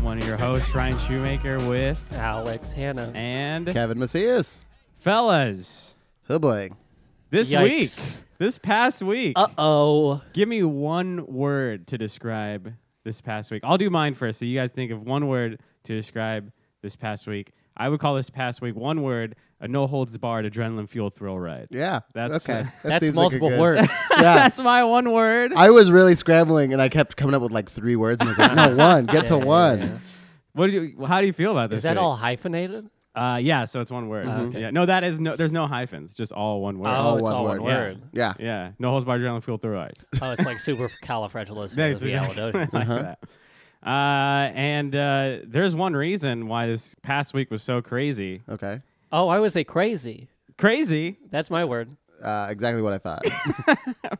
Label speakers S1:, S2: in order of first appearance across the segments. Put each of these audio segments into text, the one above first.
S1: host Ryan Shoemaker with
S2: Alex Hannah.
S1: and
S3: Kevin Macias.
S1: fellas.
S3: Oh boy.
S1: This
S2: Yikes.
S1: week, this past week,
S2: Uh oh.
S1: give me one word to describe this past week. I'll do mine first, so you guys think of one word to describe this past week. I would call this past week one word: a no holds barred adrenaline fueled thrill ride.
S3: Yeah.
S1: That's,
S3: okay.
S1: uh,
S3: That
S2: That's
S3: seems like a
S2: multiple
S3: good-
S2: words.
S3: Yeah.
S1: That's my one word.
S3: I was really scrambling and I kept coming up with like three words and I was like, no, one, get to
S2: Yeah, yeah,
S3: one.
S2: yeah.
S1: what do you? How do you feel about this?
S2: Is that
S1: week?
S2: all hyphenated?
S1: Uh, yeah. So it's one word.
S2: Ah, okay.
S1: Yeah. No, that is no. There's no hyphens. Just all one word.
S2: Oh, it's
S3: one
S2: all
S3: word.
S2: one word.
S3: Yeah.
S1: Yeah. No holds barred adrenaline fueled thrill ride.
S2: Oh, it's like super
S1: That's exactly
S2: califragilistic.
S1: like that. Uh, and uh, there's one reason why this past week was so crazy.
S3: Okay.
S2: oh, I would say crazy.
S1: Crazy.
S2: That's my word.
S3: Uh, exactly what I thought.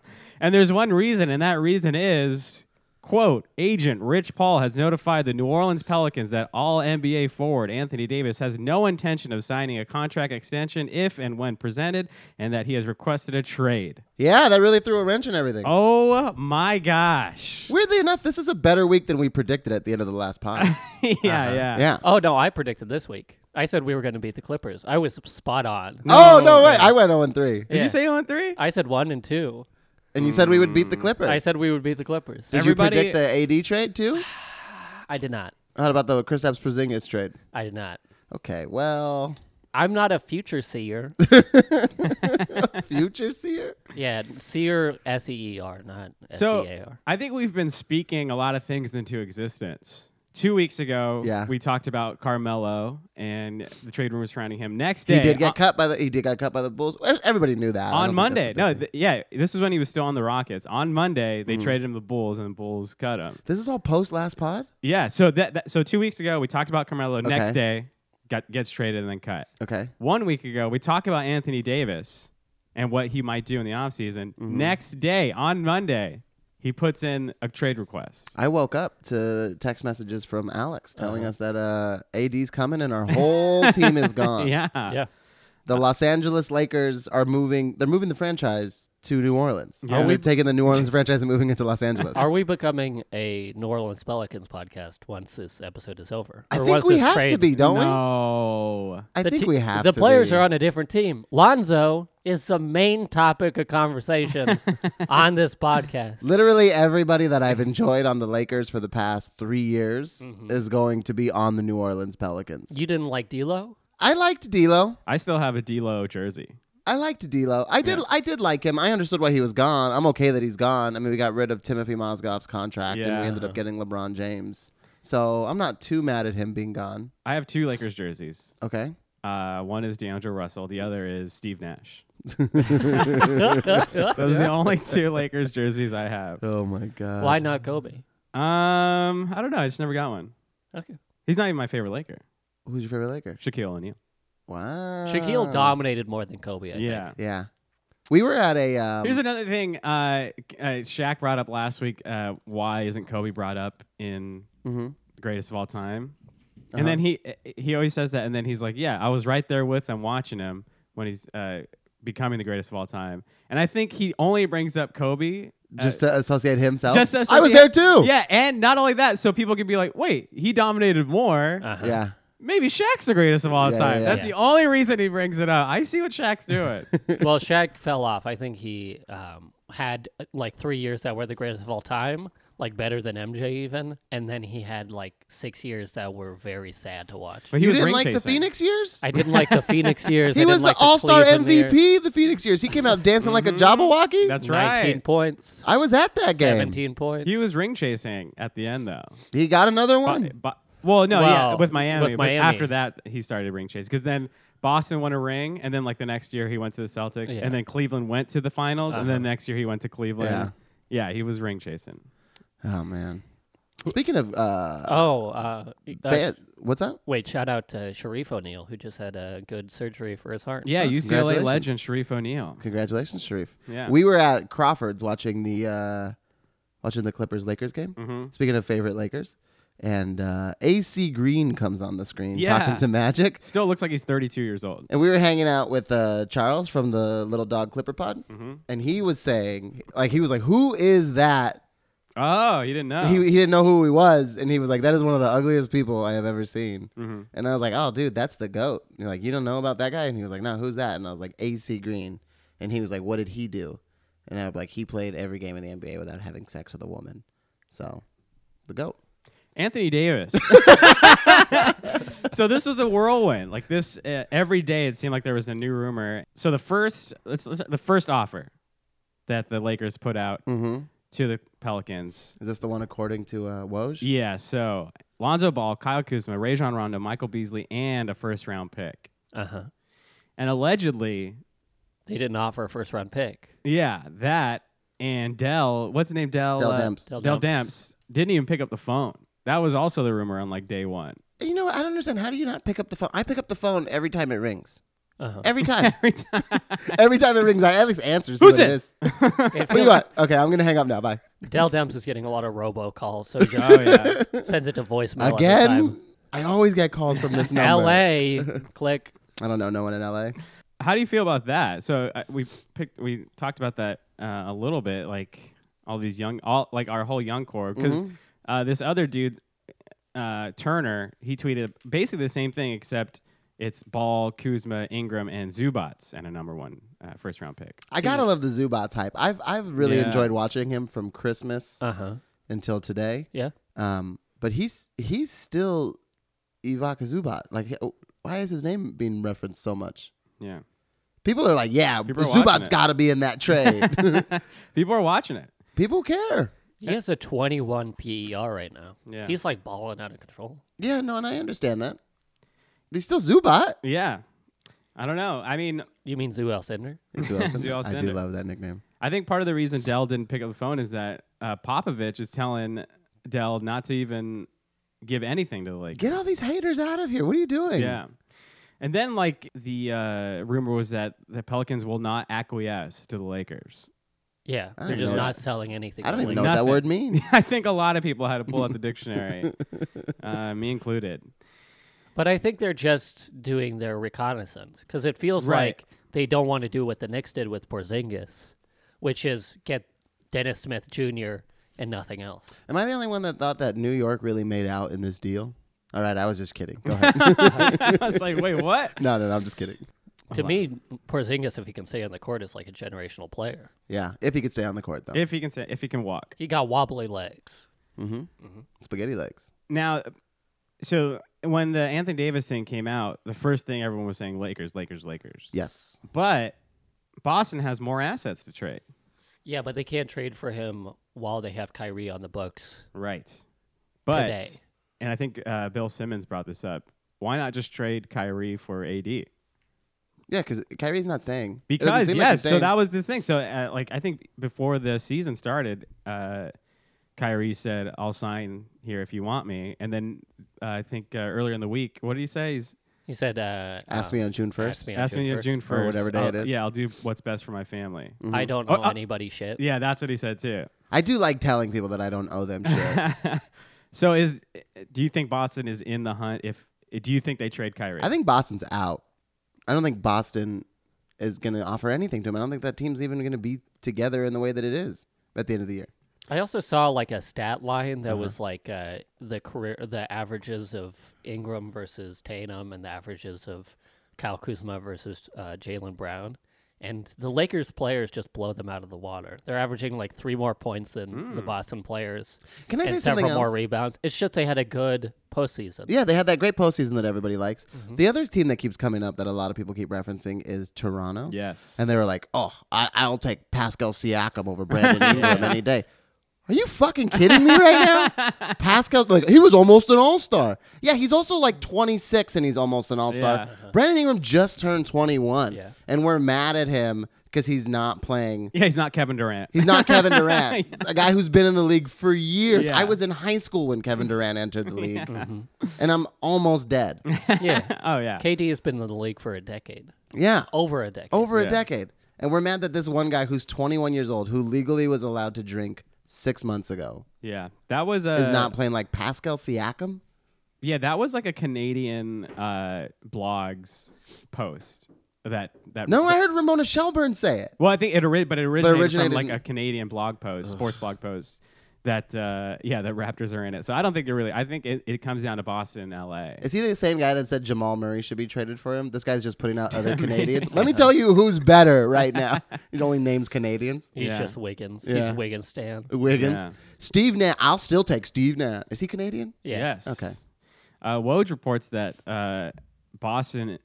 S1: And there's one reason, and that reason is quote agent rich paul has notified the new orleans pelicans that all nba forward anthony davis has no intention of signing a contract extension if and when presented and that he has requested a trade
S3: yeah, that really threw a wrench in everything.
S1: oh my gosh
S3: Weirdly enough, this is a better week than we predicted at the end of the last pod.
S2: Uh-huh.
S1: yeah yeah
S3: yeah.
S2: Oh no, I predicted this week. I said we were going to beat the Clippers. I was spot on.
S3: Oh, no way. I went 0 and 3.
S1: did
S2: Yeah.
S1: you say on three
S2: I said one and two.
S3: And you said we would beat the Clippers.
S2: Mm. I said we would beat the Clippers.
S3: Did
S1: Everybody-
S3: you predict the AD trade too?
S2: I did not.
S3: How about the Kristaps Porzingis trade?
S2: I did not.
S3: Okay, well,
S2: I'm not a future seer.
S3: future seer.
S2: yeah, seer S E E R, not S E
S1: So
S2: A R.
S1: I think we've been speaking a lot of things into existence. Two weeks ago,
S3: Yeah.
S1: we talked about Carmelo and the trade rumors surrounding him. Next day,
S3: He did get
S1: on,
S3: cut by the. He did got cut by the Bulls. E, Everybody knew that.
S1: on
S3: I don't think
S1: Monday.
S3: that's a
S1: No,
S3: big
S1: th- yeah, this is when he was still on the Rockets. On Monday,
S3: Mm.
S1: they traded him the Bulls, and the Bulls cut him.
S3: thing. this is all post last pod.
S1: Yeah, so that, that so two weeks ago we talked about Carmelo. Next day, got gets traded and then cut.
S3: Okay.
S1: One week ago, we talked about Anthony Davis and what he might do in the offseason. Next day, on Monday, he puts in a trade request.
S3: I woke up to text messages from Alex telling
S2: Uh-huh.
S3: us that uh, AD's coming and our whole team is gone.
S1: yeah.
S2: Yeah.
S3: The Los Angeles Lakers are moving. They're moving the franchise to New Orleans.
S1: Yeah.
S3: Are
S1: Are
S3: we
S1: we-
S3: taking the New Orleans franchise and moving it to Los Angeles?
S2: Are we becoming a New Orleans Pelicans podcast once this episode is over?
S3: I
S2: Or
S3: think
S2: once
S3: we
S2: this
S3: have
S2: trade-
S3: to be, don't we?
S1: no.
S3: I
S2: The
S3: think
S2: te-
S3: we have.
S2: The
S3: to
S2: players
S3: be.
S2: are on a different team. Lonzo is the main topic of conversation on this podcast.
S3: Literally everybody that I've enjoyed on the Lakers for the past three years is going to be on the New Orleans Pelicans.
S2: Mm-hmm. You didn't like D'Lo?
S3: I liked D'Lo.
S1: I still have a D'Lo jersey.
S3: I liked D'Lo. I did. I did like him. I understood why he was gone. I'm okay that he's gone. I mean, we got rid of Timothy Mozgov's contract, and
S1: Yeah.
S3: we ended up getting LeBron James. So I'm not too mad at him being gone.
S1: I have two Lakers jerseys.
S3: Okay.
S1: Uh, one is DeAndre Russell. The other is Steve Nash. Those are the only two Lakers jerseys I have.
S3: Oh my god.
S2: Why not Kobe?
S1: Um, I don't know. I just never got one.
S2: Okay.
S1: He's not even my favorite Laker.
S3: Who's your favorite Laker?
S1: Shaquille O'Neal.
S3: Wow.
S2: Shaquille dominated more than Kobe, I
S1: yeah.
S2: think.
S3: Yeah. We were at a. Um,
S1: Here's another thing. Uh, uh, Shaq brought up last week. Uh, why isn't Kobe brought up in
S3: Mhm.
S1: greatest of all time?
S3: Uh-huh.
S1: And then he he always says that, and then he's like, "Yeah, I was right there with him, watching him when he's uh, becoming the greatest of all time." And I think he only brings up Kobe uh,
S3: just to associate himself.
S1: just to
S3: I was there
S1: associate-
S3: too.
S1: Yeah, and not only that, so people can be like, "Wait, he dominated more.
S2: Uh-huh.
S3: Yeah.
S1: Maybe Shaq's the greatest of all
S3: Yeah,
S1: time."
S3: yeah,
S1: That's
S2: yeah.
S1: the only reason he brings it up. I see what Shaq's doing.
S2: well, Shaq fell off. I think he um, had uh, like three years that were the greatest of all time, like better than MJ even, and then he had like six years that were very sad to watch.
S1: But he
S3: you
S1: was
S3: didn't
S1: ring
S3: like the
S1: chasing.
S3: Phoenix years?
S2: I didn't like the Phoenix years. I
S3: he
S2: didn't
S3: was
S2: like
S3: the All Star
S2: Cleveland years.
S3: MVP the Phoenix years. He came out dancing like a Jabberwocky.
S1: Mm-hmm. That's right.
S2: 19 points,
S3: I was at that game.
S2: 17 points.
S1: He was ring chasing at the end, though.
S3: He got another one.
S1: But, but- well, no, yeah,
S2: Well,
S1: with Miami.
S2: with
S1: but
S2: Miami.
S1: after that, he started ring chase because then Boston won a ring, and then like the next year he went to the Celtics,
S2: Yeah. Uh-huh.
S1: and then Cleveland went to the finals, and then next year he went to Cleveland. Yeah, he was ring chasing.
S3: Oh man. Speaking of uh,
S2: oh, uh,
S3: fan- what's up?
S2: wait, shout out to Sharif O'Neal, who just had a good surgery for his heart.
S1: Yeah, UCLA
S3: congratulations.
S1: legend Sharif O'Neal.
S3: Congratulations, Sharif.
S1: Yeah.
S3: We were at Crawford's watching the uh, watching the Clippers Lakers game.
S1: Mm-hmm.
S3: Speaking of favorite Lakers, and uh, AC Green comes on the screen
S1: Yeah.
S3: talking to Magic.
S1: Still looks like he's 32 years old.
S3: And we were hanging out with uh, Charles from
S1: Mm-hmm.
S3: the Little Dog Clipper Pod, and he was saying, like, he was like, "Who is that
S1: Oh, you didn't know.
S3: He, he didn't know who he was, and he was like, "That is one of the ugliest people I have ever seen."
S1: Mhm.
S3: And I was like, "Oh, dude, that's the goat." And you're like, "You don't know about that guy?" And he was like, "No, who's that?" And I was like, "AC Green." And he was like, "What did he do?" And I was like, "He played every game in the NBA without having sex with a woman." So, the goat.
S1: Anthony Davis. so this was a whirlwind. Like this, uh, every day it seemed like there was a new rumor. So the first, let's, let's, the first offer that the Lakers put out
S3: Mm-hmm.
S1: to the Pelicans.
S3: Is this the one according to uh, Woj?
S1: Yeah. So Lonzo Ball, Kyle Kuzma, Rajon Rondo, Michael Beasley, and a first round pick.
S2: Uh huh.
S1: And allegedly,
S2: They didn't offer a first round pick.
S1: yeah, that and Dell. What's the name? Dell.
S3: Dell
S1: uh,
S3: Demps.
S2: Dell
S1: Dell
S2: Demps.
S1: Demps didn't even pick up the phone. That was also the rumor on like day one.
S3: You know, what? I don't understand. How do you not pick up the phone? I pick up the phone every time it rings.
S2: Uh huh.
S3: Every time.
S1: Every time.
S3: every time it rings, I at least answer. see
S1: Who's
S3: what it
S1: this?
S3: is. What do you want? Okay, I'm gonna hang up now. Bye.
S2: Dell Demps is getting a lot of robocalls, so he just
S1: oh yeah.
S2: sends it to voicemail Every
S3: Again.
S2: time.
S3: I always get calls from this number.
S2: L.A. click.
S3: I don't know no one in LA.
S1: How do you feel about that? So uh, we picked, we talked about that uh, a little bit, like all these young, all like our whole young core, because
S3: Mm-hmm.
S1: uh, this other dude, uh, Turner, he tweeted basically the same thing, except it's Ball, Kuzma, Ingram, and Zubats, and a number one uh, first round pick.
S3: I gotta love the Zubat type. I've I've really
S1: Yeah.
S3: enjoyed watching him from Christmas
S2: Uh huh.
S3: until today.
S2: Yeah.
S3: Um, but he's he's still Ivaka Zubat. Like, he- oh, why is his name being referenced so much?
S1: Yeah,
S3: People are like, yeah,
S1: People are watching
S3: Zubat's
S1: it.
S3: got to be in that trade.
S1: people are watching it.
S3: People care.
S2: He has a 21 PER right now.
S1: Yeah.
S2: He's like balling out of control.
S3: Yeah, no, and I understand that. But he's still Zubat.
S1: Yeah, I don't know. I mean,
S2: You mean Zoo Alcindor?
S1: Zu
S3: I do
S1: Alcindor.
S3: love that nickname.
S1: I think part of the reason Dell didn't pick up the phone is that uh, Popovich is telling Dell not to even give anything to the Lakers.
S3: Get all these haters out of here. What are you doing?
S1: Yeah. And then, like, the uh, rumor was that the Pelicans will not acquiesce to the Lakers.
S2: Yeah.
S3: I
S2: They're
S3: don't
S2: just
S3: know.
S2: not selling anything.
S3: I don't
S2: to
S3: even know
S2: Lakers.
S3: what
S1: nothing.
S3: that word means.
S1: I think a lot of people had to pull out the dictionary, uh, me included.
S2: But I think they're just doing their reconnaissance because it feels
S1: Right.
S2: like they don't want to do what the Knicks did with Porzingis, which is get Dennis Smith Jr. and nothing else.
S3: Am I the only one that thought that New York really made out in this deal? All right, I was just kidding. Go ahead.
S1: I was like, wait, what?
S3: no, no, no, I'm just kidding.
S1: Oh,
S2: to me, Porzingis, if he can stay on the court, is like a generational player.
S3: Yeah, if he could stay on the court though.
S1: If he can say, if he can walk.
S2: He got wobbly legs.
S3: mm-hmm. Spaghetti legs.
S1: Now, so when the Anthony Davis thing came out, the first thing everyone was saying, Lakers, Lakers, Lakers.
S3: Yes.
S1: But Boston has more assets to trade.
S2: Yeah, but they can't trade for him while they have Kyrie on the books.
S1: Right. But,
S2: Today.
S1: and I think uh, Bill Simmons brought this up. Why not just trade Kyrie for AD?
S3: Yeah, because Kyrie's not staying. It doesn't
S1: Because
S3: seem like he's
S1: yes, so
S3: staying.
S1: that was this thing. So uh, like I think before the season started, uh, Kyrie said, "I'll sign here if you want me." And then uh, I think uh, earlier in the week, what did he say? He's
S2: He said, uh,
S3: ask
S2: uh,
S3: me on June first.
S2: ask me on
S1: asked me
S2: June
S1: on
S2: 1st.
S1: June
S3: Or
S1: first,
S3: whatever day
S1: I'll-
S3: it is. Mm.
S1: Yeah, I'll do what's best for my family.
S2: I don't
S1: Oh,
S2: know
S1: oh.
S2: anybody shit.
S1: Yeah, that's what he said too.
S3: I do like telling people that I don't owe them shit.
S1: so is do you think Boston is in the hunt? If do you think they trade Kyrie?
S3: I think Boston's out. I don't think Boston is going to offer anything to him. I don't think that team's even going to be together in the way that it is at the end of the year.
S2: I also saw like a stat line
S3: Uh-huh.
S2: that was like uh, the career, the averages of Ingram versus Tatum, and the averages of Kyle Kuzma versus uh, Jalen Brown, and the Lakers players just blow them out of the water. They're averaging like three more points than the Boston players,
S3: Hmm. Can I
S2: and
S3: say
S2: several
S3: something else?
S2: more rebounds. It's just they had a good postseason.
S3: Yeah, they had that great postseason that everybody likes.
S1: Mm-hmm.
S3: The other team that keeps coming up that a lot of people keep referencing is Toronto.
S1: yes.
S3: And they were like, oh, I, I'll take Pascal Siakam over Brandon Ingram any day. Are you fucking kidding me right now? Pascal, like, he was almost an all star. Yeah, he's also like 26 and he's almost an all
S1: Yeah.
S3: star. Brandon Ingram just turned 21.
S2: Yeah.
S3: And we're mad at him because he's not playing.
S1: yeah, he's not Kevin Durant.
S3: He's not Kevin Durant, a guy who's been in the league for years.
S1: Yeah.
S3: I was in high school when Kevin Durant entered the league, and I'm almost dead.
S2: yeah.
S1: oh yeah.
S2: KD has been in the league for a decade,
S3: Yeah.
S2: over a decade.
S3: over
S1: Yeah.
S3: a decade. And we're mad that this one guy who's 21 years old, who legally was allowed to drink six months ago,
S1: Yeah, that was uh, a
S3: is not playing like Pascal Siakam.
S1: yeah, that was like a Canadian uh, blogs post that that
S3: No, I heard Ramona Shelburne say it.
S1: well, I think it ori- but it originated,
S3: originated
S1: from like
S3: in-
S1: a Canadian blog post, sports blog post that uh, yeah, the Raptors are in it. So I don't think they're really. I think it, it comes down to Boston, and L.A.
S3: Is he the same guy that said Jamal Murray should be traded for him? This guy's just putting out other Canadians. Let me tell you who's better right now. It only names Canadians.
S2: He's
S1: Yeah.
S2: just Wiggins.
S3: Yeah.
S2: He's Wiggins Stan.
S3: Wiggins.
S1: Yeah.
S3: Steve Nat. I'll still take Steve Nat. Is he Canadian?
S2: Yeah.
S1: Yes.
S3: Okay.
S1: Uh, Woj reports that uh, Boston,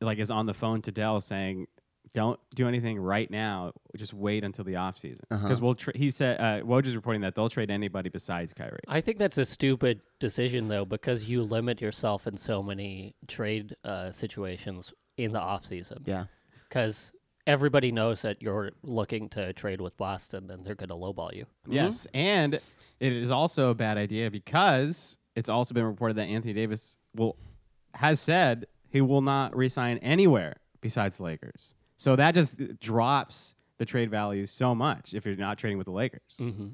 S1: like, is on the phone to Dell saying, "Don't do anything right now. Just wait until the offseason. because we'll." Tra- he said uh, Woj is reporting that they'll trade anybody besides Kyrie.
S2: I think that's a stupid decision though, because you limit yourself in so many trade uh, situations in the off season.
S3: Yeah.
S2: Because everybody knows that you're looking to trade with Boston, and they're going to lowball you.
S3: Mm-hmm.
S1: Yes, and it is also a bad idea because it's also been reported that Anthony Davis will has said he will not resign anywhere besides the Lakers. So that just drops the trade value so much if you're not trading with the Lakers.
S3: Mm-hmm.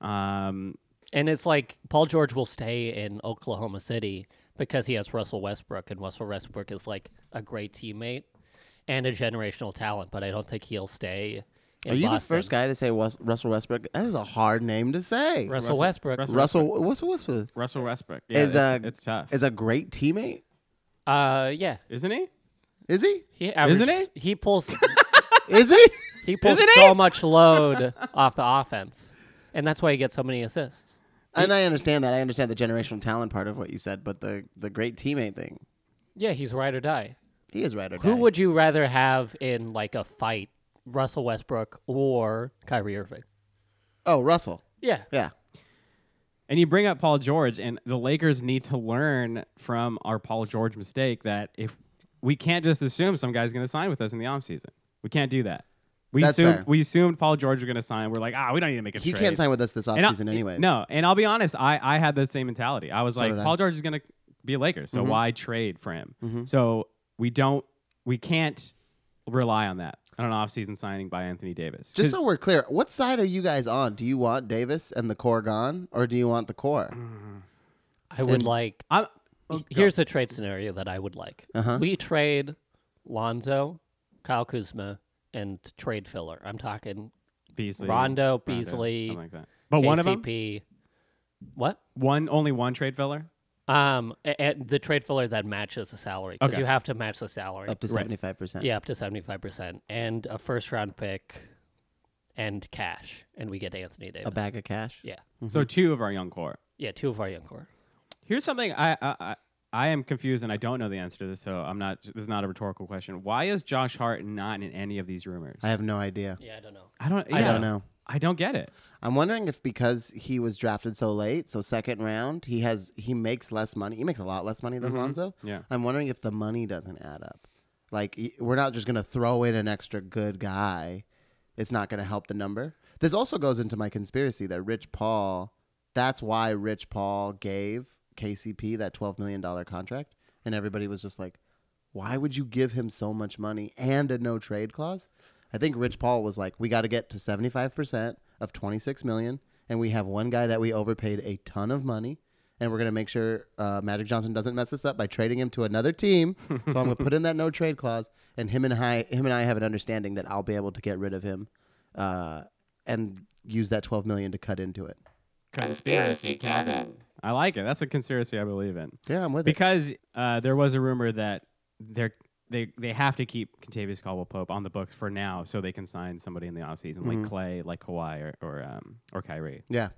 S1: Um,
S2: And it's like Paul George will stay in Oklahoma City because he has Russell Westbrook, and Russell Westbrook is like a great teammate and a generational talent, but I don't think he'll stay. In
S3: Are you
S2: Boston.
S3: the first guy to say Wes- Russell Westbrook? That is a hard name to say.
S2: Russell,
S1: Russell-
S2: Westbrook.
S1: Russell-
S3: Russell Russell Westbrook
S1: Russell Westbrook. Yeah,
S3: Is,
S1: it's,
S3: uh,
S1: it's tough,
S3: is a great teammate.
S2: Uh, yeah,
S1: isn't he?
S3: Is he?
S2: he averages,
S1: Isn't
S2: he? pulls
S3: Is he?
S2: he pulls so much load off the offense, and that's why he gets so many assists.
S3: and I understand that. I understand the generational talent part of what you said, but the the great teammate thing.
S2: Yeah, he's ride or die.
S3: He is right or
S2: Who
S3: die.
S2: would you rather have in like a fight, Russell Westbrook or Kyrie Irving?
S3: Oh, Russell.
S2: Yeah,
S3: Yeah.
S1: And you bring up Paul George, and the Lakers need to learn from our Paul George mistake that if we can't just assume some guy's going to sign with us in the offseason, we can't do that. We
S3: That's
S1: assumed
S3: fair.
S1: we assumed Paul George was going to sign. We're like, ah, we don't need to make a
S3: He
S1: trade.
S3: can't sign with us this
S1: And I'll-
S3: offseason anyway.
S1: No, and I'll be honest, I, I had that same mentality. I was like,
S3: did I. Mm-hmm.
S1: Paul George is going to be a Lakers, so why trade for him? So we don't, we can't rely on that on an offseason signing by Anthony Davis.
S3: Just so we're clear, what side are you guys on? Do you want Davis and the core gone, or do you want the core?
S2: I would Oh, like.
S1: I'm,
S2: Here's the trade scenario that I would like. We trade Lonzo, Kyle Kuzma, and trade filler. I'm talking
S1: Beasley,
S2: Rondo, Beasley,
S1: something like that. But one of them,
S2: KCP. What?
S1: one only one trade filler.
S2: Um, a- and the trade filler that matches the salary because
S1: Okay.
S2: you have to match the salary.
S3: Up to
S1: Right.
S3: seventy five percent.
S2: Yeah, up to seventy five percent, and a first round pick, and cash, and we get Anthony Davis.
S3: A bag of cash.
S2: Yeah,
S1: So two of our young core.
S2: yeah, two of our young core.
S1: Here's something I, I I I am confused and I don't know the answer to this, so I'm not. This is not a rhetorical question. Why is Josh Hart not in any of these rumors?
S3: I have no idea.
S2: Yeah, I don't know.
S1: I don't.
S2: I
S1: yeah,
S3: I don't know.
S1: I don't get it.
S3: I'm wondering if because he was drafted so late, so second round, he has he makes less money. He makes a lot less money than Lonzo.
S1: Mm-hmm. Yeah.
S3: I'm wondering if the money doesn't add up. Like y- we're not just going to throw in an extra good guy. It's not going to help the number. This also goes into my conspiracy that Rich Paul, that's why Rich Paul gave KCP that 12 million dollar contract and everybody was just like, "Why would you give him so much money and a no trade clause?" I think Rich Paul was like, "We got to get to 75% of 26 million and we have one guy that we overpaid a ton of money." and we're going to make sure uh, Magic Johnson doesn't mess this up by trading him to another team. so I'm going to put in that no trade clause, and him and I, him and I have an understanding that I'll be able to get rid of him, uh, and use that 12 million to cut into it.
S4: Conspiracy Kevin.
S1: I like it. That's a conspiracy I believe in
S3: Yeah, I'm with
S1: because uh, there was a rumor that they're. They, they have to keep Contavious Caldwell Pope on the books for now so they can sign somebody in the offseason like Clay, like Kawhi, or or, um, or Kyrie.
S3: it. Yeah,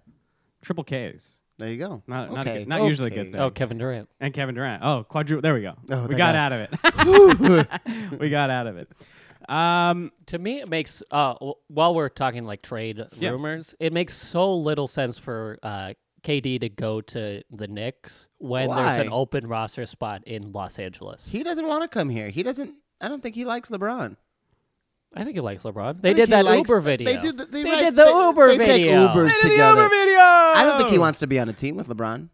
S1: Triple K's.
S3: there you go.
S1: Not, not, a good- not usually a good thing.
S2: Oh, Kevin Durant.
S1: And Kevin Durant. Oh, quadru. There we go.
S3: Oh,
S1: we
S3: thank
S1: got
S3: God.
S1: out of it. we got out of it. Um,
S2: To me, it makes uh, w- while we're talking like trade
S1: Yeah.
S2: rumors, it makes so little sense for uh, KD to go to the Knicks when there's an
S3: Why?
S2: open roster spot in Los Angeles.
S3: He doesn't want to come here. He doesn't. I don't think he likes LeBron.
S2: I think he likes LeBron.
S3: I
S2: They
S3: think
S2: did
S3: he
S2: that
S3: likes-
S2: Uber
S3: they
S2: video.
S3: did the- they
S2: did
S3: write-
S2: the
S3: they-
S2: Uber
S3: they take
S2: video.
S3: Ubers.
S1: into the
S3: together.
S1: Uber video. I
S3: I don't think he wants to be on a team with LeBron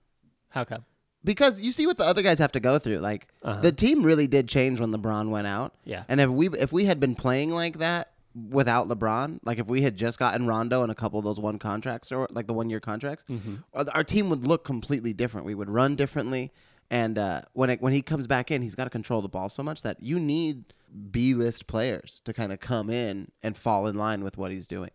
S2: How come?
S3: because you see what the other guys have to go through. Like
S2: Uh-huh.
S3: the team really did change when LeBron went out.
S2: Yeah.
S3: And if we if we had been playing like that without LeBron, like if we had just gotten Rondo and a couple of those one contracts or like the one year contracts,
S2: Mm-hmm.
S3: our, our team would look completely different. We would run differently. And uh, when it, when he comes back in, he's got to control the ball so much that you need B list players to kind of come in and fall in line with what he's doing.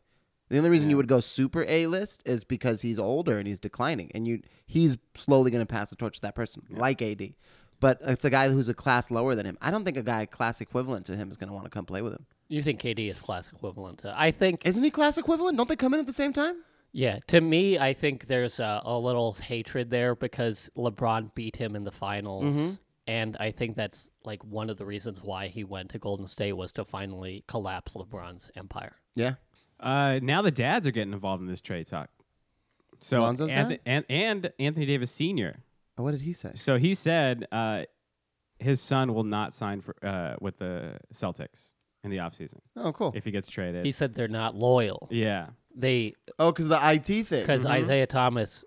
S3: The only reason
S1: Yeah.
S3: you would go super A list is because he's older and he's declining, and you he's slowly going to pass the torch to that person, like AD. But it's a guy who's a class lower than him. I don't think a guy class equivalent to him is going to want to come play with him.
S2: You think KD is class equivalent? To, I think
S3: Isn't he class equivalent? Don't they come in at the same time?
S2: Yeah, to me, I think there's a, a little hatred there because LeBron beat him in the finals,
S3: Mm-hmm.
S2: and I think that's like one of the reasons why he went to Golden State was to finally collapse LeBron's empire.
S3: Yeah.
S1: Uh, now the dads are getting involved in this trade talk. So
S3: Lonzo's
S1: Anth-
S3: dad?
S1: and, and Anthony Davis Sr.
S3: Oh, what did he say?
S1: So he said uh, his son will not sign for uh, with the Celtics in the offseason
S3: Oh, cool.
S1: if he gets traded.
S2: He said they're not loyal.
S1: yeah.
S2: They
S3: Oh, because the IT thing.
S2: because Isaiah Thomas,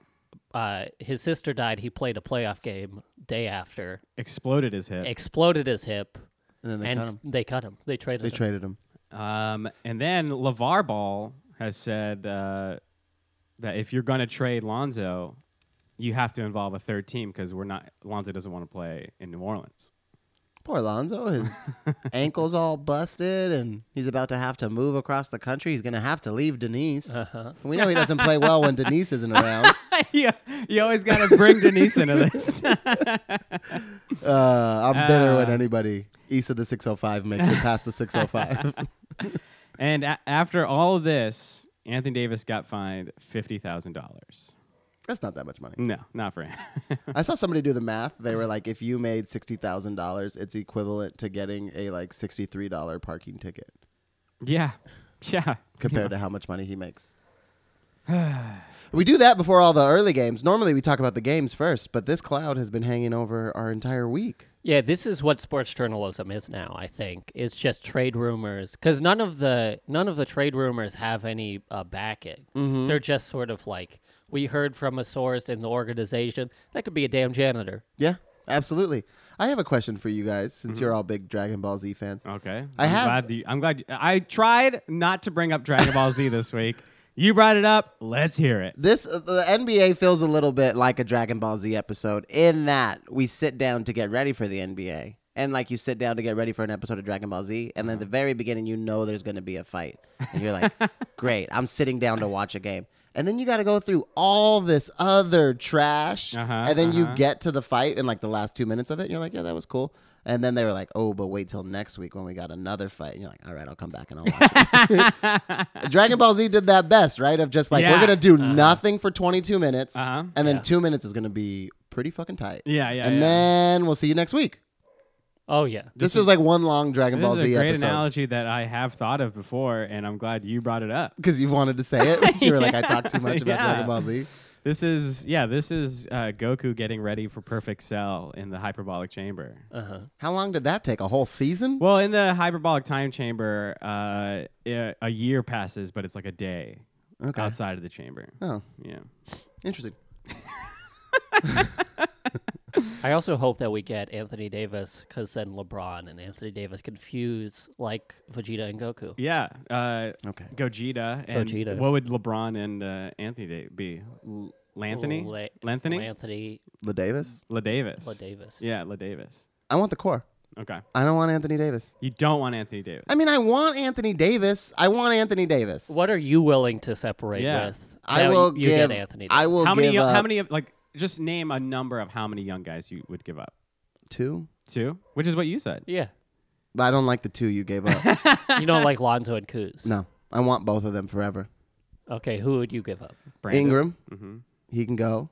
S2: uh, his sister died. He played a playoff game day after,
S1: Exploded his hip.
S2: exploded his hip,
S3: And then they
S2: and
S3: cut him.
S2: they cut him. They traded.
S3: They
S2: him.
S3: traded him.
S1: Um, and then LeVar Ball has said uh, that if you're going to trade Lonzo, you have to involve a third team because we're not Lonzo doesn't want to play in New Orleans.
S3: Poor Lonzo, his ankle's all busted, and he's about to have to move across the country. He's gonna have to leave Denise. We know he doesn't play well when Denise isn't around.
S1: yeah, you always got to bring Denise into this.
S3: Uh, I'm bitter when
S1: Ah.
S3: anybody east of the 605 makes it past the 605.
S1: and a- after all of this, Anthony Davis got fined fifty thousand dollars.
S3: That's not that much money.
S1: No, not for him.
S3: I saw somebody do the math. They were like, if you made sixty thousand dollars, it's equivalent to getting a like sixty-three dollar parking ticket
S1: yeah, yeah.
S3: compared to how much money he makes. we do that before all the early games. Normally, we talk about the games first, but this cloud has been hanging over our entire week.
S2: Yeah, this is what sports journalism is now. I think it's just trade rumors because none of the none of the trade rumors have any uh, backing.
S3: Mm-hmm.
S2: They're just sort of like we heard from a source in the organization that could be a damn janitor.
S3: Yeah, absolutely. I have a question for you guys since
S1: Mm-hmm.
S3: you're all big Dragon Ball Z fans.
S1: Okay.
S3: I
S1: I'm
S3: have-
S1: Glad you, I'm glad. You, I tried not to bring up Dragon Ball Z this week. You brought it up. Let's hear it.
S3: This uh, the NBA feels a little bit like a Dragon Ball Z episode in that we sit down to get ready for the NBA. And like you sit down to get ready for an episode of Dragon Ball Z, and then at
S1: Uh-huh.
S3: the very beginning you know there's going to be a fight. And you're like, "Great, I'm sitting down to watch a game." And then you got to go through all this other trash,
S1: Uh-huh,
S3: and then
S1: uh-huh.
S3: you get to the fight in like the last 2 minutes of it, and you're like, "Yeah, that was cool." And then they were like, "Oh, but wait till next week when we got another fight." And you're like, "All right, I'll come back and I'll watch." it." Dragon Ball Z did that best, right? Of just like
S1: Yeah.
S3: we're gonna do nothing for 22 minutes,
S1: Uh-huh.
S3: and then
S2: Yeah.
S3: two minutes is gonna be pretty fucking tight.
S1: Yeah, yeah.
S3: and
S1: yeah.
S3: then we'll see you next week.
S2: Oh yeah,
S3: This, feels like one long Dragon
S1: This
S3: Ball
S1: is a
S3: Z
S1: great
S3: episode
S1: analogy that I have thought of before, and I'm glad you brought it up.
S3: because you wanted to say it. But you were like, I talked too much about
S1: Yeah.
S3: Dragon Ball Z.
S1: This is yeah, this is uh, Goku getting ready for Perfect Cell in the hyperbolic chamber.
S2: uh-huh.
S3: How long did that take? A whole season?
S1: Well, in the hyperbolic time chamber, uh, i- a year passes, but it's like a day
S3: Okay.
S1: outside of the chamber.
S3: Oh,
S1: Yeah.
S3: interesting.
S2: I also hope that we get Anthony Davis because then LeBron and Anthony Davis confuse like Vegeta and Goku.
S1: Yeah. Uh,
S3: Okay.
S1: Gogeta. And
S2: Gogeta.
S1: What would LeBron and uh, Anthony da- be? L- Lanthony?
S2: La-
S1: Lanthony?
S2: Anthony
S3: La Davis.
S1: La Davis.
S2: Davis.
S1: Yeah, La Davis.
S3: I want the core.
S1: Okay.
S3: I don't want Anthony Davis.
S1: You don't want Anthony Davis.
S3: I mean, I want Anthony Davis. I want Anthony Davis.
S2: What are you willing to separate
S1: Yeah.
S2: with?
S3: I
S2: that
S3: will
S2: you
S3: give.
S2: get Anthony. Davis?
S3: I will
S1: how
S3: give.
S1: many? How
S3: up
S1: many? of Like, just name a number of how many young guys you would give up.
S3: Two.
S1: Two, which is what you said.
S2: Yeah.
S3: But I don't like the two you gave up.
S2: You don't like Lonzo and Kuz.
S3: no, I want both of them forever.
S2: Okay, who would you give up?
S1: Brandon.
S3: Ingram,
S1: hmm
S3: he can go.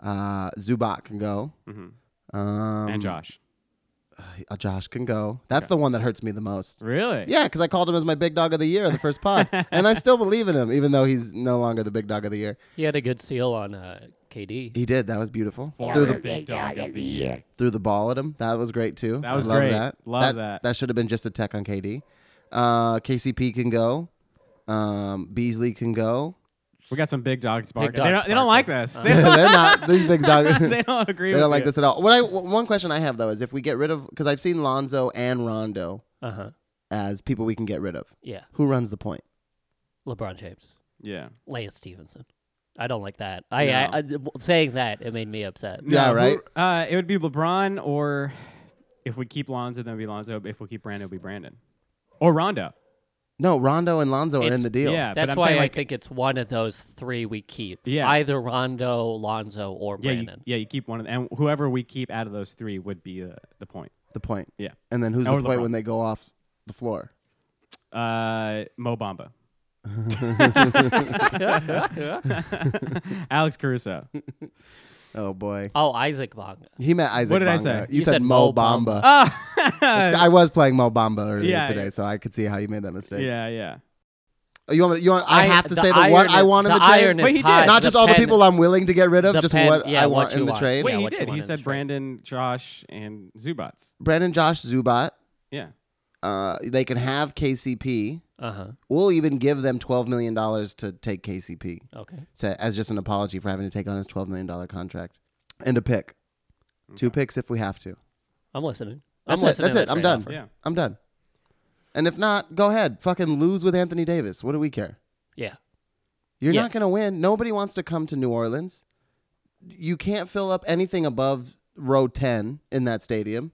S3: Uh, Zubac can go.
S1: Mhm.
S3: Um,
S1: and Josh.
S3: uh, Josh can go. That's the one that hurts me the most.
S1: Really?
S3: Yeah, because I called him as my big dog of the year in the first pod, and I still believe in him, even though he's no longer the big dog of the year.
S2: He had a good seal on uh, KD.
S3: He did. That was beautiful. Threw
S4: Former
S3: the
S4: Big Dog of the Year.
S3: threw the ball at him. That was great too.
S1: That was
S3: I love
S1: great.
S3: That.
S1: Love
S3: that.
S1: that.
S3: should have been just a tech on KD. Uh, KCP can go. Um, Beasley can go.
S1: We got some big dogs barking.
S2: dogs
S1: they, don't, they don't like
S2: barking.
S1: this.
S2: Uh.
S1: They
S3: They're
S1: don't,
S3: not these big dogs.
S1: they don't agree.
S3: They
S1: with
S3: don't like
S1: you.
S3: this at all. What I w- one question I have though is if we get rid of because I've seen Lonzo and Rondo
S2: Uh huh.
S3: as people we can get rid of.
S2: Yeah.
S3: Who runs the point?
S2: LeBron James,
S1: Yeah.
S2: Lance Stevenson. I don't like that. I,
S1: No.
S2: I, I- w- saying that it made me upset.
S3: Yeah,
S1: No, who-
S3: right?
S1: Uh, it would be LeBron, or if we keep Lonzo, then it would be Lonzo. If we keep Brandon, it would be Brandon, or Rondo.
S3: No, Rondo and Lonzo are in
S2: It's-
S3: the deal.
S1: Yeah, but
S2: That's
S1: I'm
S2: why
S1: saying,
S2: I
S1: like,
S2: think it's one of those three we keep.
S1: Yeah.
S2: Either Rondo, Lonzo, or
S1: yeah, you,
S2: Brandon.
S1: yeah, you keep one of them, and whoever we keep out of those three would be the, the point.
S3: The point.
S1: Yeah.
S3: And then who's
S1: Or
S3: the point
S1: LeBron.
S3: when they go off the floor?
S1: Uh, Mo Bamba. Alex Caruso.
S3: Oh boy.
S2: Oh, Isaac Bonga.
S3: He meant Isaac.
S1: What did I
S3: Bonga.
S1: say? Uh,
S3: You, said, Mo Bamba. It's- I was playing Mo Bamba earlier
S1: Yeah,
S3: today,
S1: yeah.
S3: so I could see how you made that mistake.
S1: yeah, yeah.
S3: Oh, You want? me- You want? I, have to say the
S2: iron
S3: one I
S2: is-
S3: want in the, trade.
S2: iron
S1: Wait,
S2: is
S1: he did.
S2: hot.
S1: Not
S3: Not
S2: The
S3: just all the
S2: pen-
S3: people I'm willing to get rid of,
S2: the
S3: just
S2: pen-
S3: what
S2: yeah,
S3: I
S2: what
S3: want
S2: you
S3: in the
S2: want.
S3: trade.
S2: Wait.
S1: Wait, he
S2: what you
S1: did.
S2: want
S1: He
S2: in the
S1: said
S2: trade.
S1: Brandon, Josh, and Zubats.
S3: Brandon, Josh, Zubat.
S1: Yeah.
S3: Uh, they can have KCP.
S2: Uh huh.
S3: We'll even give them twelve million dollars to take KCP
S2: Okay.
S3: to, as just an apology for having to take on his twelve million dollar contract and a pick, two picks if we have to.
S2: I'm listening.
S3: That's
S2: I'm
S3: it.
S2: listening.
S3: That's
S2: to
S3: it.
S2: the
S3: I'm
S2: trade
S3: done.
S2: offer.
S1: Yeah.
S3: I'm done. And if not, go ahead, fucking lose with Anthony Davis. What do we care?
S2: Yeah.
S3: You're
S2: Yeah.
S3: not going to win. Nobody wants to come to New Orleans. You can't fill up anything above row 10 in that stadium.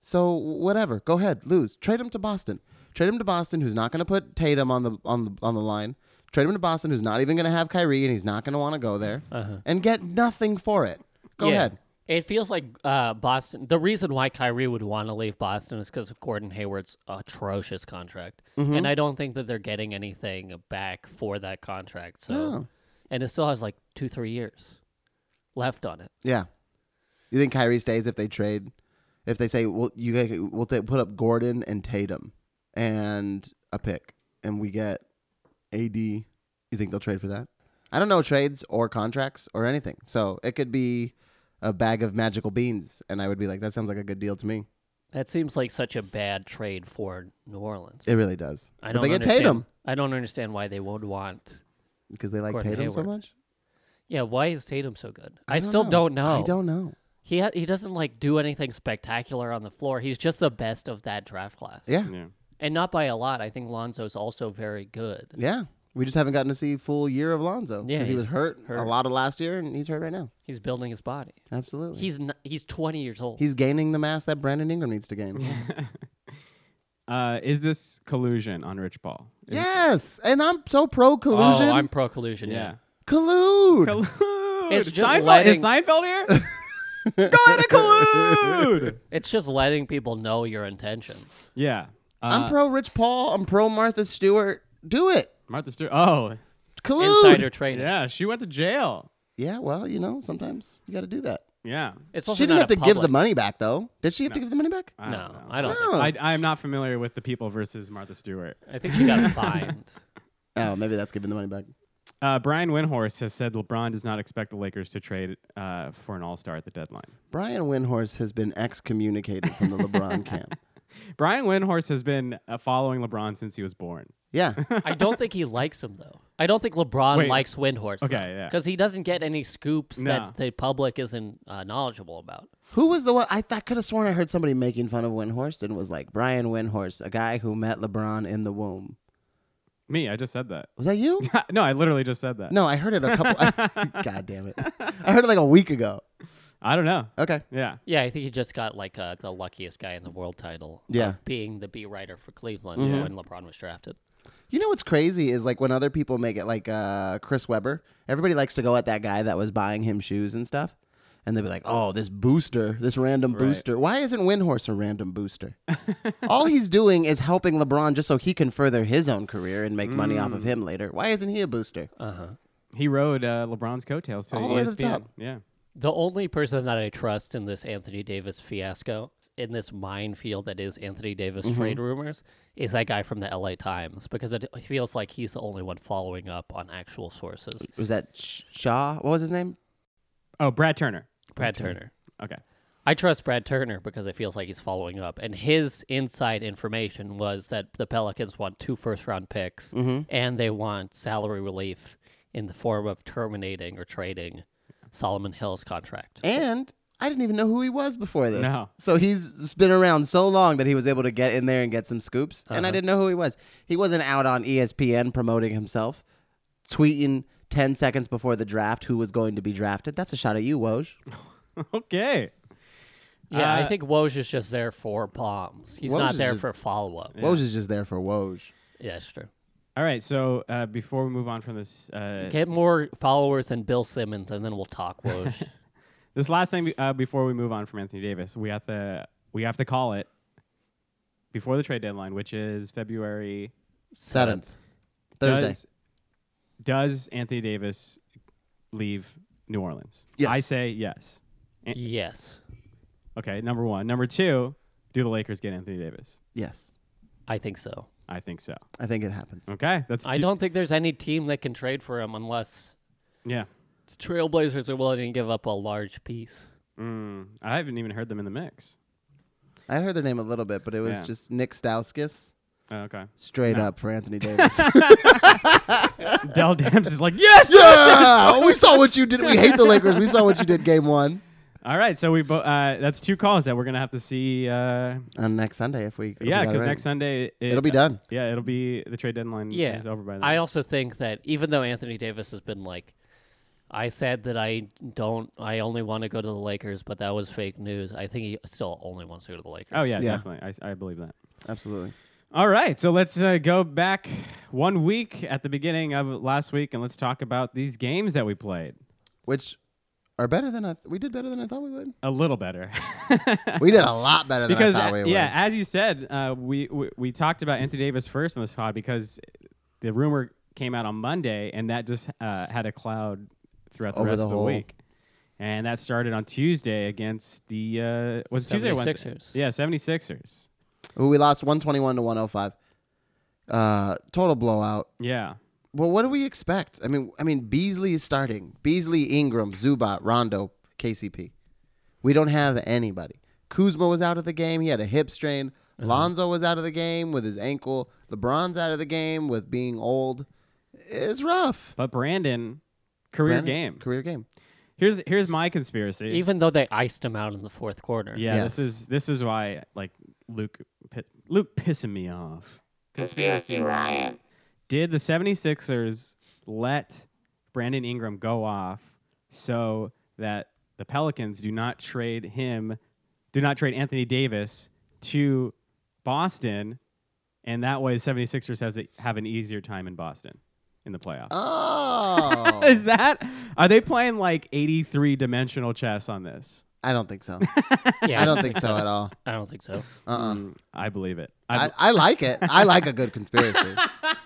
S3: So whatever, go ahead, lose. Trade him to Boston. Trade him to Boston who's not going to put Tatum on the on the on the line. Trade him to Boston who's not even going to have Kyrie and he's not going to want to go there.
S2: Uh-huh.
S3: And get nothing for it. Go
S2: Yeah.
S3: ahead.
S2: It feels like uh, Boston. The reason why Kyrie would want to leave Boston is because of Gordon Hayward's atrocious contract,
S3: Mm-hmm.
S2: and I don't think that they're getting anything back for that contract. So,
S3: No.
S2: and it still has like two, three years left on it.
S3: Yeah. You think Kyrie stays if they trade? If they say, "Well, you guys, we'll ta- put up Gordon and Tatum and a pick, and we get AD," you think they'll trade for that? I don't know trades or contracts or anything, so it could be a bag of magical beans, and I would be like, "That sounds like a good deal to me."
S2: That seems like such a bad trade for New Orleans.
S3: It really does.
S2: I
S3: but
S2: don't
S3: they get
S2: understand.
S3: Tatum
S2: I don't understand why they would want.
S3: because they like
S2: Gordon
S3: Tatum so
S2: Hayward.
S3: much.
S2: Yeah, why is Tatum so good? I,
S3: don't
S2: still
S3: know.
S2: don't know.
S3: I don't know.
S2: He ha- he doesn't like do anything spectacular on the floor. He's just the best of that draft class.
S3: Yeah,
S1: Yeah.
S2: And not by a lot. I think Lonzo's also very good.
S3: yeah. We just haven't gotten to see full year of Lonzo
S2: Yeah,
S3: he
S2: he's
S3: was hurt, a
S2: hurt.
S3: lot of last year, and he's hurt right now.
S2: He's building his body.
S3: Absolutely.
S2: He's n- he's 20 years old.
S3: He's gaining the mass that Brandon Ingram needs to gain.
S1: Uh, is this collusion on Rich Paul? Is-
S3: yes, and I'm so pro collusion.
S2: Oh, I'm pro collusion. Yeah.
S3: collude.
S1: Collude.
S2: It's just
S1: Seinfeld. Is
S2: letting-
S1: Seinfeld here? Go ahead and collude.
S2: It's just letting people know your intentions.
S1: Yeah. Uh,
S3: I'm pro Rich Paul. I'm pro Martha Stewart. Do it.
S1: Martha Stewart. Oh,
S3: Collude.
S2: Insider trading.
S1: yeah. She went to jail.
S3: Yeah, well, you know, sometimes you got to do that.
S1: Yeah.
S2: It's also
S3: she didn't
S2: not
S3: have
S2: a
S3: to give the
S2: public-
S3: money back, though. Did she have to give the money back?
S1: I don't
S2: No, Uh,
S1: know.
S2: I don't. think
S3: No.
S1: I, I am not familiar with the people versus Martha Stewart.
S2: so. I think she got fined.
S3: Oh, maybe that's giving the money back.
S1: Uh, Brian Windhorse has said LeBron does not expect the Lakers to trade uh, for an All Star at the deadline.
S3: Brian Windhorse has been excommunicated from the LeBron camp.
S1: Brian Windhorse has been uh, following LeBron since he was born.
S3: Yeah,
S2: I don't think he likes him though. I don't think LeBron
S1: Wait.
S2: likes Windhorse.
S1: Okay, yeah.
S2: Because he doesn't get any scoops
S1: No.
S2: that the public isn't uh, knowledgeable about.
S3: Who was the one? I, th- I could have sworn I heard somebody making fun of Windhorst and was like, Brian Windhorst, a guy who met LeBron in the womb.
S1: Me, I just said that.
S3: Was that you?
S1: no, I literally just said that.
S3: No, I heard it a couple. I, God damn it. I heard it like a week ago.
S1: I don't know.
S3: Okay.
S1: Yeah.
S2: Yeah, I think he just got like uh, the luckiest guy in the world title.
S3: Yeah. Mm-hmm.
S2: Of being the B writer for Cleveland when LeBron was drafted.
S3: You know what's crazy is like when other people make it, like uh, Chris Webber, everybody likes to go at that guy that was buying him shoes and stuff. And they'd be like, oh, this booster, this random booster. Why isn't Windhorse a random booster? All he's doing is helping LeBron just so he can further his own career and make money off of him later. Why isn't he a booster?
S2: Uh huh.
S1: He rode uh, LeBron's coattails to E
S3: All
S1: ESPN.
S3: the way to the top.
S1: Yeah.
S2: The only person that I trust in this Anthony Davis fiasco, in this minefield that is Anthony Davis trade rumors, is that guy from the LA Times because it feels like he's the only one following up on actual sources.
S3: Was that Sh- Shaw? What was his name?
S1: Oh, Brad Turner.
S2: Brad Turner.
S1: Okay.
S2: I trust Brad Turner because it feels like he's following up. And his inside information was that the Pelicans want two first round picks and they want salary relief in the form of terminating or trading Solomon Hill's contract.
S3: And I didn't even know who he was before this.
S1: No.
S3: So he's been around so long that he was able to get in there and get some scoops.
S1: Uh-huh.
S3: And I didn't know who he was. He wasn't out on E ESPN promoting himself, tweeting 10 seconds before the draft who was going to be drafted. That's a shot at you, Woj.
S1: okay.
S2: yeah, I
S1: uh,
S2: think Woj is just there for bombs. He's
S3: Woj
S2: not
S3: is
S2: there
S3: just-
S2: for follow up.
S3: Woj is just there for Woj.
S2: Yeah, it's true.
S1: All right, so uh, before we move on from this, uh,
S2: Get more followers than Bill Simmons, and then we'll talk. Woj.
S1: this last thing uh, before we move on from Anthony Davis, we have to we have to call it before the trade deadline, which is February
S3: Seventh, Thursday.
S1: Does, does Anthony Davis leave New Orleans?
S3: Yes.
S1: I say yes.
S2: yes,
S1: Okay, number one. Number two, do the Lakers get Anthony Davis?
S3: Yes,
S2: I think so.
S1: I think so.
S3: I think it happens.
S1: Okay, that's
S2: I
S1: two-
S2: don't think there's any team that can trade for him unless
S1: Yeah,
S2: Trailblazers are willing to give up a large piece.
S1: mm, I haven't even heard them in the mix.
S3: I heard their name a little bit, but it was
S1: Yeah.
S3: just Nick Stauskas
S1: Oh, okay,
S3: straight up for Anthony Davis.
S1: Dell Dams is like yes.
S3: yeah, we saw what you did. We hate the Lakers. We saw what you did game one
S1: All right, so we bo- uh, that's two calls that we're gonna have to see. Uh,
S3: on next Sunday if we. if we
S1: yeah,
S3: got it
S1: because
S3: right.
S1: next Sunday it,
S3: It'll be done.
S1: Yeah, it'll be the trade deadline.
S2: Yeah,
S1: is Mm, over by then.
S2: I also think that even though Anthony Davis has been like, I said that I don't, I only want to go to the Lakers, but that was fake news. I think he still only wants to go to the Lakers.
S1: oh yeah,
S3: Yeah.
S1: definitely. I, I believe that.
S3: Absolutely.
S1: All right, so let's uh, go back one week at the beginning of last week, and let's talk about these games that we played
S3: Which are better than I. Th- we did better than I thought we would.
S1: a little better.
S3: We did a lot better than
S1: because
S3: I thought
S1: uh,
S3: we would.
S1: yeah, as you said, uh, we, we we talked about Anthony Davis first on this pod because the rumor came out on Monday, and that just uh, had a cloud throughout the
S3: Over
S1: rest
S3: the
S1: of the
S3: whole-
S1: week. And that started on Tuesday against the uh, was it Tuesday or Wednesday?
S2: 76ers.
S1: Yeah, 76ers.
S3: Ooh, we lost 121 to 105. Uh, total blowout.
S1: Yeah.
S3: Well, what do we expect? I mean, I mean, Beasley is starting. Beasley, Ingram, Zubat, Rondo, KCP. We don't have anybody. Kuzma was out of the game. He had a hip strain. Lonzo was out of the game with his ankle. LeBron's out of the game with being old. It's rough.
S1: But Brandon career
S3: Brandon,
S1: game.
S3: Career game.
S1: Here's here's my conspiracy.
S2: Even though they iced him out in the fourth quarter.
S1: yeah, this
S3: Yes.
S1: is this is why like Luke pi- Luke pissing me off.
S4: Conspiracy Riot.
S1: did the 76ers let Brandon Ingram go off so that the Pelicans do not trade him, do not trade Anthony Davis to Boston? And that way, the 76ers has to have an easier time in Boston in the playoffs.
S3: Oh,
S1: Is that, are they playing like 83 dimensional chess on this?
S3: I don't think so.
S2: Yeah,
S3: I don't think so at all.
S2: I don't think so.
S3: Uh-uh.
S1: Mm, I believe it. I,
S3: I, I like it. I like a good conspiracy.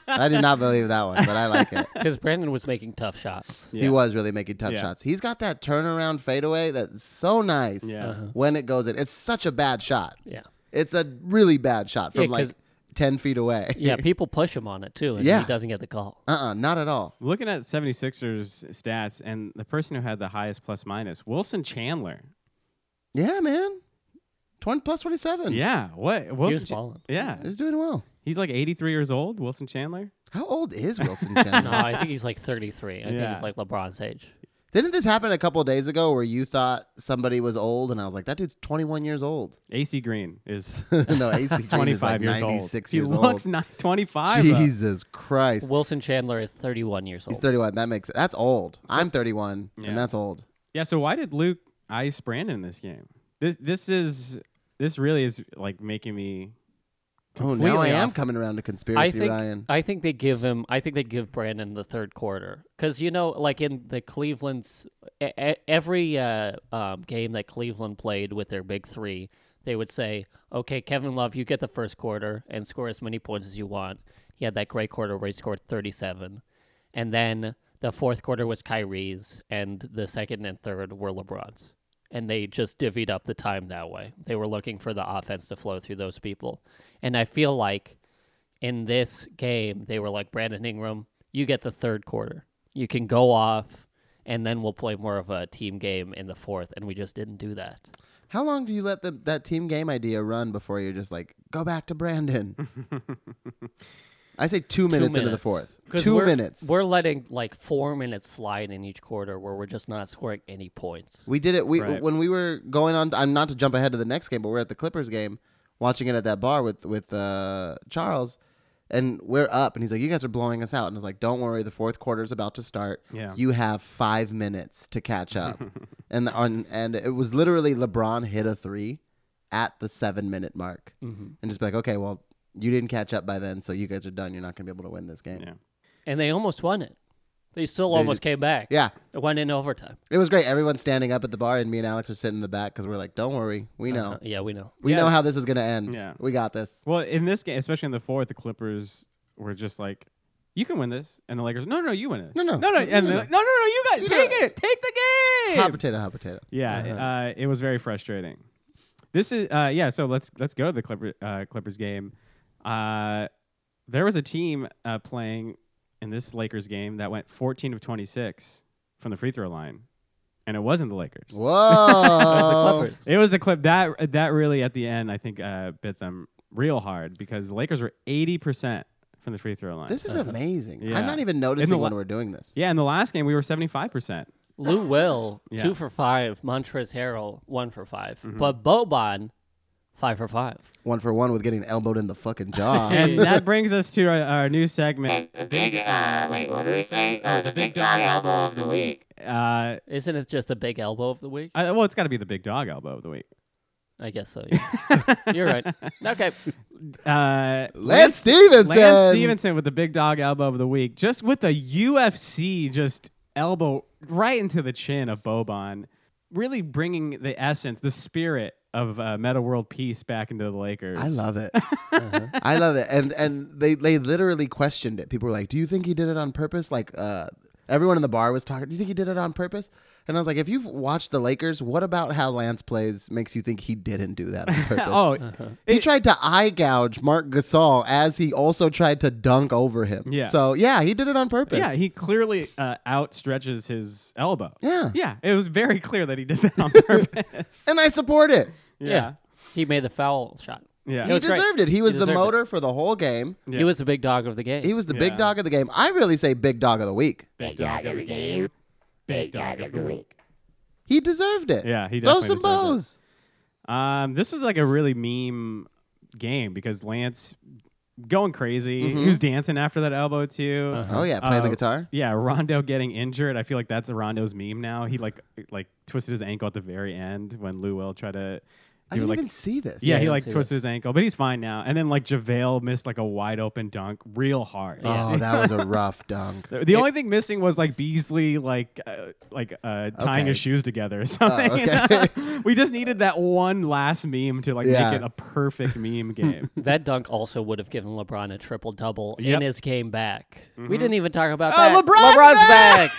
S3: I do not believe that one, but I like it.
S2: Because Brandon was making tough shots.
S1: yeah.
S3: He was really making tough
S1: Yeah.
S3: shots. He's got that turnaround fadeaway that's so nice
S1: Yeah.
S2: Uh-huh.
S3: when it goes in. It's such a bad shot.
S2: Yeah.
S3: It's a really bad shot from
S2: Yeah, 'cause-
S3: like 10 feet away.
S2: Yeah, people push him on it too, and
S3: Yeah.
S2: he doesn't get the call.
S3: Uh uh not at all.
S1: Looking at 76ers stats, and the person who had the highest plus minus, Wilson Chandler.
S3: Yeah, man. 20 plus 27.
S1: Yeah. What?
S2: he
S1: Wilson
S2: was
S1: Ch-
S2: balling.
S1: Yeah.
S3: He's doing well.
S1: He's like 83 years old, Wilson Chandler.
S3: How old is Wilson
S2: No,
S3: Chandler?
S2: I think he's like 33. I think
S1: Yeah.
S2: he's like LeBron's age.
S3: Didn't this happen a couple days ago where you thought somebody was old and I was like, that dude's 21 years old?
S1: AC Green is
S3: no, AC Green
S1: 25
S3: is like
S1: years
S3: 96
S1: old.
S3: years
S1: he
S3: old.
S1: looks ni- 25. though.
S3: Jesus Christ.
S2: Wilson Chandler is 31 years
S3: He's
S2: old.
S3: 31. That makes that's old. I'm 31,
S1: Yeah.
S3: and that's old.
S1: Yeah, so why did Luke ice Brandon in this game? This this is this really is like making me
S3: Oh,
S1: Completely
S3: now I am
S1: off. uh,
S3: coming around to conspiracy,
S2: I think
S3: Ryan.
S2: I think they give him. I think they give Brandon the third quarter because you know, like in the Cleveland's e- e- every uh, um, game that Cleveland played with their big three, they would say, "Okay, Kevin Love, you get the first quarter and score as many points as you want." He had that great quarter where he scored thirty-seven, and then the fourth quarter was Kyrie's, and the second and third were LeBron's. And they just divvied up the time that way. They were looking for the offense to flow through those people. And I feel like in this game, they were like, Brandon Ingram, you get the third quarter. You can go off, and then we'll play more of a team game in the fourth. And we just didn't do that.
S3: How long do you let the, that team game idea run before you're just like, go back to Brandon? I say two minutes, into the fourth.
S2: 'Cause
S3: 2
S2: we're-
S3: minutes.
S2: We're letting like four minutes slide in each quarter where we're just not scoring any points.
S3: We did it. We
S1: Right.
S3: when we were going on. I'm not to jump ahead to the next game, but we're at the Clippers game, watching it at that bar with with uh, Charles, and we're up, and he's like, "You guys are blowing us out," and I was like, "Don't worry, the fourth quarter's about to start.
S1: Yeah.
S3: you have five minutes to catch up." and on and it was
S1: Mm-hmm.
S3: literally LeBron hit a three at the seven minute mark, and just be like, "Okay, well." you didn't catch up by then, so you guys are done. You're not going to be able to win this game.
S1: Yeah.
S2: and they almost won it. They still almost came back.
S3: Yeah.
S2: It went in overtime.
S3: It was great. Everyone's standing up at the bar, and me and Alex are sitting in the back because we're like, don't worry. We know.
S2: Uh, yeah, we know.
S3: We
S1: Yeah.
S3: know how this is going to end.
S1: Yeah.
S3: We got this.
S1: Well, in this game, especially in the fourth, the Clippers were just like, "You can win this," and the Lakers, "No, no, no, you win it."
S3: No, no.
S1: no, no, and they're like, no, no, no, you guys take it, take the game.
S3: Hot potato, hot potato.
S1: Yeah,
S3: Uh-huh.
S1: uh, it was very frustrating. This is uh, yeah. So let's let's go to the Clipper, uh, Clippers game. Uh, there was a team uh, playing in this Lakers game that went 14 of 26 from the free throw line, and it wasn't the Lakers.
S3: Whoa.
S2: Clippers.
S1: It was the clip that that really at the end I think uh, bit them real hard because the Lakers were 80 percent from the free throw line.
S3: this is amazing.
S1: Yeah.
S3: I'm not even
S1: In the
S3: noticing
S1: la-
S3: when we're doing this.
S1: yeah, in the last game we were 75 percent.
S2: Lou Will,
S1: Yeah.
S2: two for five. Montrezl Harrell, one for 5
S3: Mm-hmm.
S2: But Boban, five for five.
S3: One for one with getting elbowed in the fucking jaw.
S1: And that brings us to our, our new segment.
S4: The big, uh, wait, what did we say? Oh, the big dog elbow of the week.
S1: Uh,
S2: Isn't it just a big elbow of the week?
S1: I, well, it's got to be the big dog elbow of the week.
S2: I guess so. yeah. You're right. Okay.
S1: Uh,
S3: Lance Stevenson.
S1: Lance Stevenson with the big dog elbow of the week, just with the UFC just elbow right into the chin of Boban, really bringing the essence, the spirit of uh, Meta World Peace back into the Lakers.
S3: I love it. Uh-huh. I love it. And and they they literally questioned it. People were like, "Do you think he did it on purpose?" Like uh everyone in the bar was talking, "Do you think he did it on purpose?" And I was like, "If you've watched the Lakers, what about how Lance plays makes you think he didn't do that on purpose?"
S1: Oh,
S3: He tried to eye gouge Mark Gasol as he also tried to dunk over him.
S1: Yeah.
S3: So yeah, he did it on purpose.
S1: yeah, he clearly uh, outstretches his elbow.
S3: yeah.
S1: Yeah, it was very clear that he did that on purpose.
S3: And I support it.
S2: Yeah. He made the foul shot.
S1: Yeah.
S3: he
S2: was great.
S3: deserved it. He was the
S2: deserved it.
S3: motor for the whole game.
S1: Yeah.
S2: He was the big dog of the game.
S3: He was the
S1: Yeah.
S3: big dog of the game. I really say big dog of the week.
S4: Big dog of the game. Big dog of the week.
S3: He deserved it.
S1: Yeah, he
S3: Throw
S1: definitely
S3: some
S1: deserved it.
S3: bows.
S1: Um, this was like a really meme game because Lance going crazy.
S3: Mm-hmm.
S1: He was dancing after that elbow too.
S3: Oh yeah, playing the
S1: Uh,
S3: guitar.
S1: Yeah, Rondo getting injured. I feel like that's a Rondo's meme now. He like like twisted his ankle at the very end when Lou Will tried to do
S3: I didn't
S1: like
S3: even see this.
S1: yeah,
S2: I
S1: he
S2: didn't
S1: like
S2: see
S1: twisted his ankle, but he's fine now. And then like JaVale missed like a wide open dunk real hard.
S3: Oh, that was a rough dunk.
S1: The the only thing missing was like Beasley, like uh, like uh, tying his
S3: Okay. Oh,
S1: shoes together or something. you
S3: okay.
S1: know? we just needed that one last meme to like
S3: Yeah.
S1: make it a perfect meme game.
S2: That dunk also would have given LeBron a triple double
S1: Yep.
S2: in his game back. We didn't even talk about
S1: Oh,
S2: that.
S1: LeBron's
S2: back.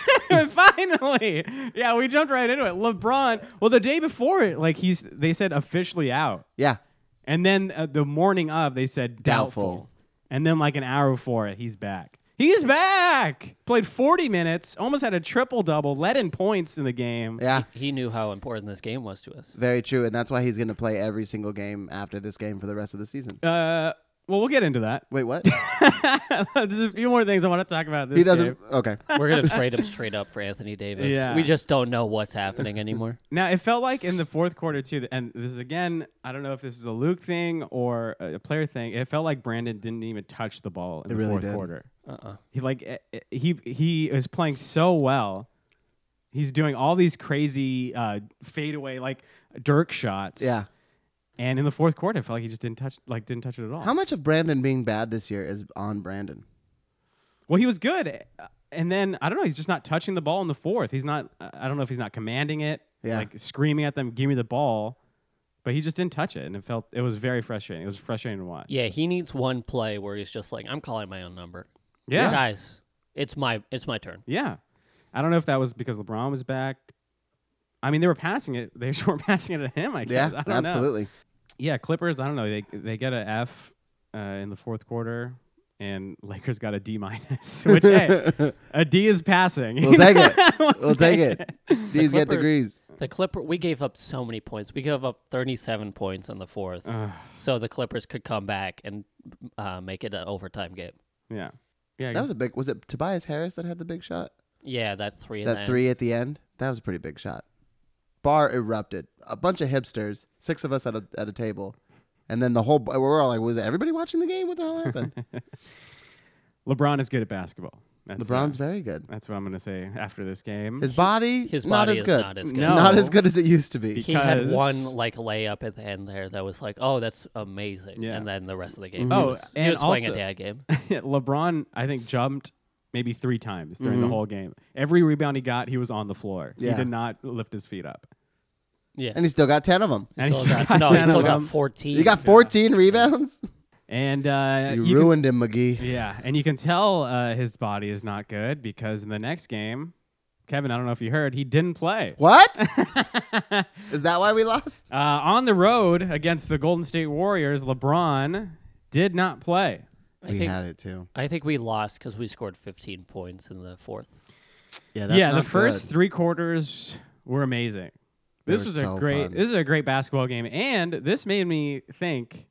S1: Finally, yeah, we jumped right into it. LeBron. Well, the day before it, like he's they said officially out,
S3: Yeah,
S1: and then uh, the morning of they said doubtful.
S3: Doubtful.
S1: and then like an hour before it, he's back. He's back. Played 40 minutes, almost had a triple double, led in points in the game.
S3: yeah,
S2: He knew how important this game was to us.
S3: very true. And that's why he's going to play every single game after this game for the rest of the season.
S1: Uh, well, we'll get into that.
S3: Wait, what?
S1: There's a few more things I want to talk about. This
S3: he doesn't.
S1: game.
S3: Okay.
S2: We're gonna trade him straight up for Anthony Davis.
S1: Yeah.
S2: We just don't know what's happening anymore.
S1: Now it felt like in the fourth quarter too, and this is again, I don't know if this is a Luke thing or a player thing. It felt like Brandon didn't even touch the ball in
S3: It
S1: the
S3: really
S1: fourth
S3: did.
S1: quarter.
S2: Uh-uh.
S1: He like eh, eh, he he is playing so well. He's doing all these crazy uh, fadeaway like Dirk shots.
S3: Yeah.
S1: And in the fourth quarter, it felt like he just didn't touch like didn't touch it at all.
S3: How much of Brandon being bad this year is on Brandon?
S1: Well, he was good, uh, and then I don't know. He's just not touching the ball in the fourth. He's not. I I don't know if he's not commanding it,
S3: Yeah.
S1: like screaming at them, "Give me the ball," but he just didn't touch it, and it felt it was very frustrating. It was frustrating to watch.
S2: Yeah, he needs one play where he's just like, I'm calling my own number.
S1: yeah,
S2: Guys, it's my it's my turn.
S1: Yeah. I don't know if that was because LeBron was back. I mean, they were passing it. They weren't passing it at him. I guess.
S3: Yeah,
S1: I don't know.
S3: absolutely.
S1: Yeah, Clippers. I don't know. They they get a F uh, in the fourth quarter, and Lakers got a D minus. Which hey, a D is passing.
S3: We'll take it. We'll take it. These get
S2: Clipper-
S3: degrees.
S2: The Clipper we gave up so many points. We gave up thirty seven points in the fourth. so the Clippers could come back and uh, make it an overtime game.
S1: Yeah. Yeah. I
S3: That
S1: guess-
S3: was a big. Was it Tobias Harris that had the big shot?
S2: Yeah, that three. in the
S3: That
S2: end.
S3: three at the end. That was a pretty big shot. Bar erupted. A bunch of hipsters. Six of us at a at a table, and then the whole. bar- We're all like, "Was everybody watching the game? What the hell happened?"
S1: LeBron is good at basketball. That's,
S3: LeBron's very good.
S1: That's what I'm gonna say after this game.
S3: His body,
S2: His
S3: not
S2: body
S3: as
S2: is
S3: good.
S2: not as good.
S1: No.
S3: Not as good as it used to be.
S2: he had
S1: because-
S2: one like layup at the end there that was like, "Oh, that's amazing,"
S1: Yeah.
S2: and then the rest of the game,
S3: Mm-hmm.
S2: he
S1: Oh,
S2: was, he
S1: and
S2: was playing a
S1: also-
S2: dad game.
S1: LeBron, I think, jumped maybe three times during the whole game. Every rebound he got, he was on the floor. He
S3: Mm-hmm. Yeah.
S1: did not lift his feet up.
S2: Yeah,
S3: And he still got 10 of them.
S1: And he
S2: still
S1: still
S2: got,
S1: got
S2: no, he
S1: 10
S2: still
S1: of
S2: got
S1: them.
S2: fourteen.
S3: You got 14 rebounds?
S1: And uh,
S3: You,
S1: you can-
S3: ruined him, McGee.
S1: yeah, and you can tell uh, his body is not good because in the next game, Kevin, I don't know if you heard, he didn't play.
S3: What?
S1: uh,
S3: Is that why we lost?
S1: on the road against the Golden State Warriors, LeBron did not play.
S2: I
S3: we
S2: think
S3: had it too.
S2: I think we lost because we scored fifteen points in the fourth.
S3: Yeah, that's
S1: yeah,
S3: not
S1: the first
S3: good.
S1: three quarters were amazing.
S3: They
S1: This
S3: were
S1: was
S3: so
S1: a great.
S3: fun.
S1: This is a great basketball game, and this made me think.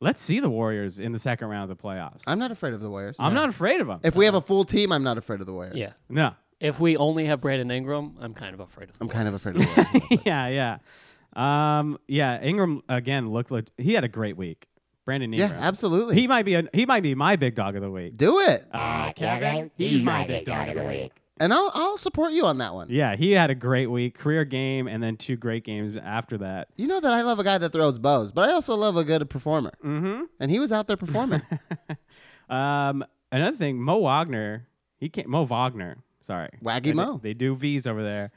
S1: Let's see the Warriors in the second round of the playoffs.
S3: I'm not afraid of the Warriors.
S1: I'm not afraid of them.
S3: If we have a full team, I'm not afraid of the Warriors.
S2: Yeah.
S1: no.
S2: If we only have Brandon Ingram, I'm kind of afraid of.
S3: I'm
S2: the
S3: kind of
S2: Warriors.
S3: afraid of the Warriors. a little bit.
S1: yeah, yeah. Um, yeah. Ingram again looked like he had a great week. Brandon
S3: yeah,
S1: Ingram.
S3: absolutely.
S1: He might be a, he might be my big dog of the week.
S3: Do it.
S1: Uh, Kevin, he's my big dog of the week.
S3: And I'll, I'll support you on that one.
S1: Yeah, he had a great week, career game, and then two great games after that.
S3: You know that I love a guy that throws bows, but I also love a good performer.
S1: Mm-hmm.
S3: And he was out there performing.
S1: um, another thing, Mo Wagner, he came. Mo Wagner, sorry, Uh,
S3: Waggy
S1: They-
S3: Mo.
S1: They do V's over there.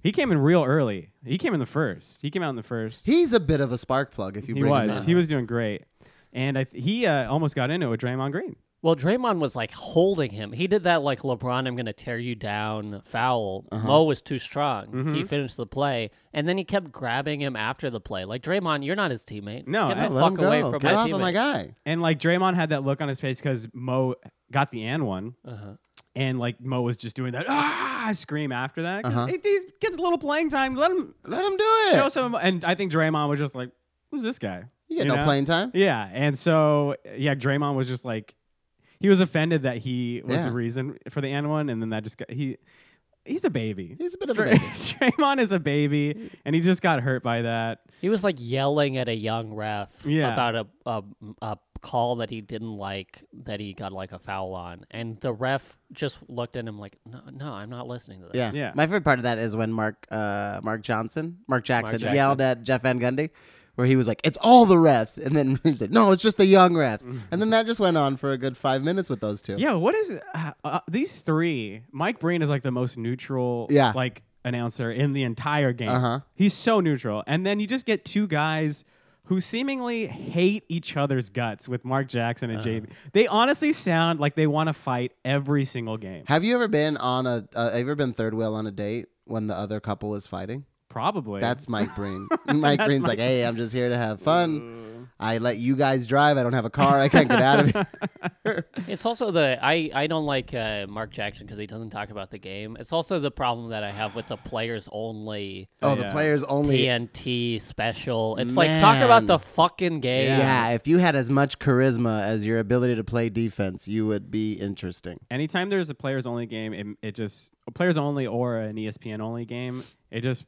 S1: He came in real early. He came in the first. He came out in the first.
S3: He's a bit of a spark plug if you
S1: He
S3: bring him
S1: was.
S3: in.
S1: He was doing great. And I th- he uh, almost got into it with Draymond Green.
S2: Well, Draymond was like holding him. He did that like LeBron, I'm going to tear you down foul.
S3: Uh-huh.
S2: Mo was too strong.
S3: Mm-hmm.
S2: He finished the play, and then he kept grabbing him after the play. Like Draymond, you're not his teammate.
S1: No,
S2: get
S1: I-
S2: the
S3: Let him
S2: fuck
S3: go.
S2: away from
S3: Get
S2: my
S3: off of
S2: teammate.
S3: my guy.
S1: And like Draymond had that look on his face because Mo got the and one.
S3: Uh-huh.
S1: And like Mo was just doing that ah scream after that.
S3: Uh-huh.
S1: 'Cause He, he gets a little playing time. Let him
S3: Let him do
S1: show
S3: it.
S1: some. And I think Draymond was just like, "Who's this guy?"
S3: You get
S1: You
S3: no
S1: know?
S3: playing time.
S1: Yeah, and so yeah, Draymond was just like he was offended that he was
S3: Yeah.
S1: the reason for the and one, and then that just got he he's a baby.
S3: He's a bit of a
S1: Dray-
S3: baby.
S1: Draymond is a baby, and he just got hurt by that.
S2: He was like yelling at a young ref
S1: Yeah.
S2: about a, a a call that he didn't like that he got like a foul on, and the ref just looked at him like, "No, no, I'm not listening to this."
S3: Yeah.
S1: Yeah.
S3: My favorite part of that is when Mark uh, Mark Johnson, Mark Jackson,
S2: Jackson.
S3: yelled at Jeff Van Gundy, where he was like, "It's all the refs," and then he said, "No, it's just the young refs." and then that just went on for a good five minutes with those two.
S1: Yeah, what is uh, uh, these three? Mike Breen is like the most neutral,
S3: Yeah.
S1: like announcer in the entire game.
S3: Uh-huh.
S1: He's so neutral, and then you just get two guys who seemingly hate each other's guts with Mark Jackson
S3: Uh-huh.
S1: and JB. They honestly sound like they want to fight every single game.
S3: Have you ever been on a? Uh, have you ever been third wheel on a date when the other couple is fighting?
S1: Probably
S3: That's Mike Breen. And Mike Breen's like, "Hey, I'm just here to have fun. I let you guys drive. I don't have a car. I can't get out of here."
S2: It's also the I I don't like uh, Mark Jackson because he doesn't talk about the game. It's also the problem that I have with the players only
S3: Oh, the
S1: yeah.
S3: players only.
S2: TNT special. It's like talk about
S3: Man.
S2: the fucking game.
S3: Yeah, if you had as much charisma as your ability to play defense, you would be interesting.
S1: anytime there's a players only game, it, it just players only or an E ESPN only game, it just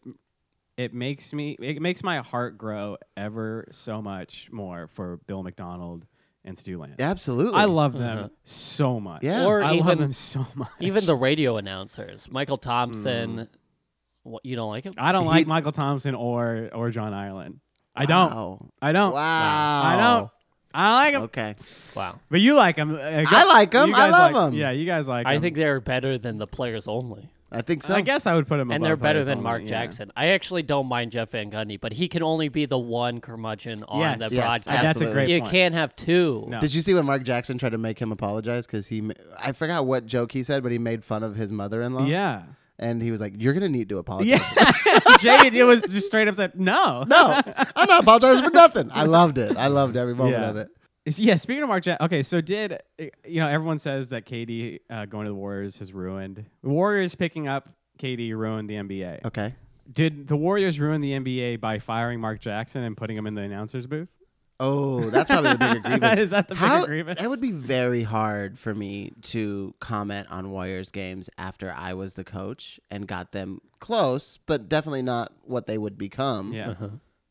S1: it makes me it makes my heart grow ever so much more for Bill McDonald and Stu Lance.
S3: Absolutely.
S1: I love them so much.
S3: Yeah.
S2: Uh-huh. Or
S1: I
S2: even-
S1: love them so much.
S2: Even the radio announcers, Michael Thompson. What you don't like him?
S1: I don't like Michael Thompson or or John Ireland. I don't.
S3: Wow.
S1: I don't.
S3: Wow.
S1: I don't. I like him,
S3: Okay.
S2: Wow.
S1: but you like Uh, him.
S3: I like 'em. I love 'em.
S1: Yeah, you guys like.
S2: I
S1: 'em.
S2: think they're better than the players only.
S3: I think so.
S1: I guess I would put him.
S2: And
S1: above
S2: they're better
S1: players
S2: than
S1: only,
S2: Mark
S1: yeah.
S2: Jackson. I actually don't mind Jeff Van Gundy, but he can only be the one curmudgeon on
S1: Yes,
S2: the
S1: yes,
S2: broadcast.
S1: That's a
S3: Absolutely.
S1: great
S2: you
S1: point.
S2: can't have two.
S1: No.
S3: Did you see when Mark Jackson tried to make him apologize because he? ma- I forgot what joke he said, but he made fun of his mother-in-law.
S1: Yeah.
S3: And he was like, "You're gonna need to apologize."
S1: Yeah. JD was just straight up said, no.
S3: No, I'm not apologizing for nothing. I loved it. I loved every moment
S1: Yeah.
S3: of it.
S1: Yeah, speaking of Mark Jack, okay, so did, you know, everyone says that KD uh, going to the Warriors has ruined. The Warriors picking up KD ruined the NBA.
S3: Okay.
S1: Did the Warriors ruin the NBA by firing Mark Jackson and putting him in the announcer's booth?
S3: Oh, that's probably the bigger grievance.
S1: Is that the bigger
S3: How,
S1: grievance?
S3: It would be very hard for me to comment on Warriors games after I was the coach and got them close, but definitely not
S2: Uh-huh.
S3: what they would become.
S1: Yeah.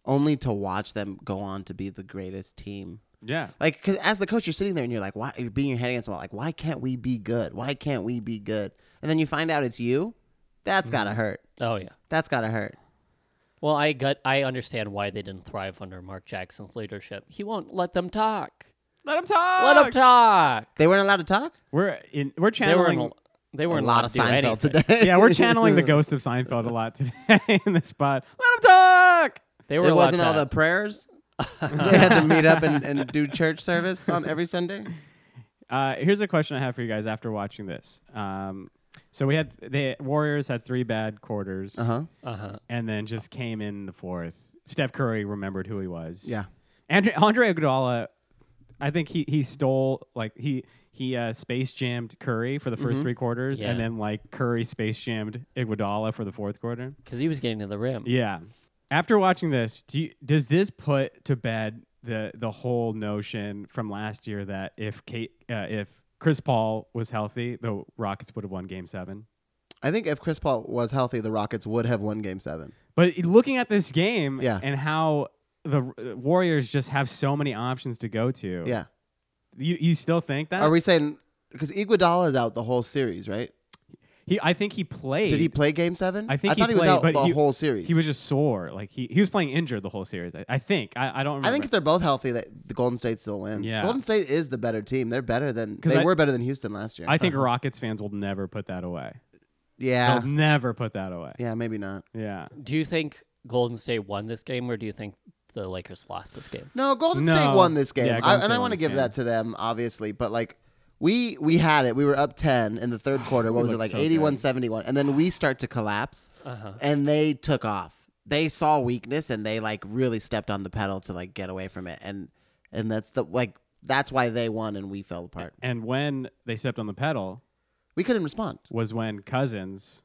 S3: Only to watch them go on to be the greatest team
S1: Yeah.
S3: Like, 'cause as the coach, you're sitting there and you're like, why? You're beating your head against the wall. Like, why can't we be good? Why can't we be good? And then you find out it's you. That's gotta hurt.
S2: Oh yeah.
S3: That's gotta hurt.
S2: Well, I got I understand why they didn't thrive under Mark Jackson's leadership. He won't let them talk.
S1: Let him talk.
S2: Let them talk.
S3: They weren't allowed to talk.
S1: We're in. We're
S2: They were
S1: channeling.
S2: in, they were
S3: a lot of Seinfeld today.
S1: yeah, we're channeling the ghost of Seinfeld a lot today in this spot. Let him talk.
S2: They were
S3: It
S2: allowed
S3: wasn't
S2: to
S3: all the prayers. they had to meet up and, and do church service on every Sunday.
S1: Uh, here's a question I have for you guys after watching this. Um, so we had the Warriors had three bad quarters,
S3: Uh huh.
S2: uh-huh.
S1: and then just came in the fourth. Steph Curry remembered who he was.
S3: Yeah.
S1: Andre Andre Iguodala, I think he he stole like he he uh, space jammed Curry for the 1st three quarters,
S2: Yeah.
S1: and then like Curry space jammed Iguodala for the fourth quarter.
S2: Because he was getting to the rim.
S1: Yeah. After watching this, do you, does this put to bed the the whole notion from last year that if Kate uh, if Chris Paul was healthy, the Rockets would have won Game Seven?
S3: I think if Chris Paul was healthy, the Rockets would have won Game Seven.
S1: But looking at this game
S3: Yeah.
S1: and how the uh, Warriors just have so many options to go to,
S3: Yeah.
S1: you, you still think that?
S3: Are we saying because Iguodala is out the whole series, right?
S1: he, I think he played.
S3: Did he play Game Seven?
S1: I think
S3: I
S1: he
S3: thought he, was
S1: played,
S3: out
S1: but
S3: the
S1: he-
S3: whole series.
S1: He was just sore. Like he, he was playing injured the whole series. I, I think. I, I don't remember.
S3: I think if they're both healthy, that the Golden State still wins.
S1: Yeah.
S3: Golden State is the better team. They're better than
S1: 'Cause
S3: they
S1: I-
S3: were better than Houston last year.
S1: I think Rockets fans will never put that away.
S3: Uh-huh. yeah,
S1: They'll never put that away.
S3: yeah, maybe not.
S1: Yeah.
S2: Do you think Golden State won this game, or do you think the Lakers lost this game?
S3: No, Golden
S1: No.
S3: State won this game,
S1: Yeah,
S3: I,
S1: Golden
S3: and
S1: State
S3: I
S1: won
S3: want to
S1: this
S3: give
S1: game.
S3: that to them, obviously. But like, we we had it. We were up ten in the third quarter. What
S1: We
S3: was it
S1: looked
S3: like?
S1: so good.
S3: 81-71. and then we start to collapse,
S2: Uh-huh.
S3: and they took off. They saw weakness, and they like really stepped on the pedal to like get away from it, and and that's the like that's why they won and we fell apart.
S1: And when they stepped on the pedal
S3: We couldn't respond.
S1: was when Cousins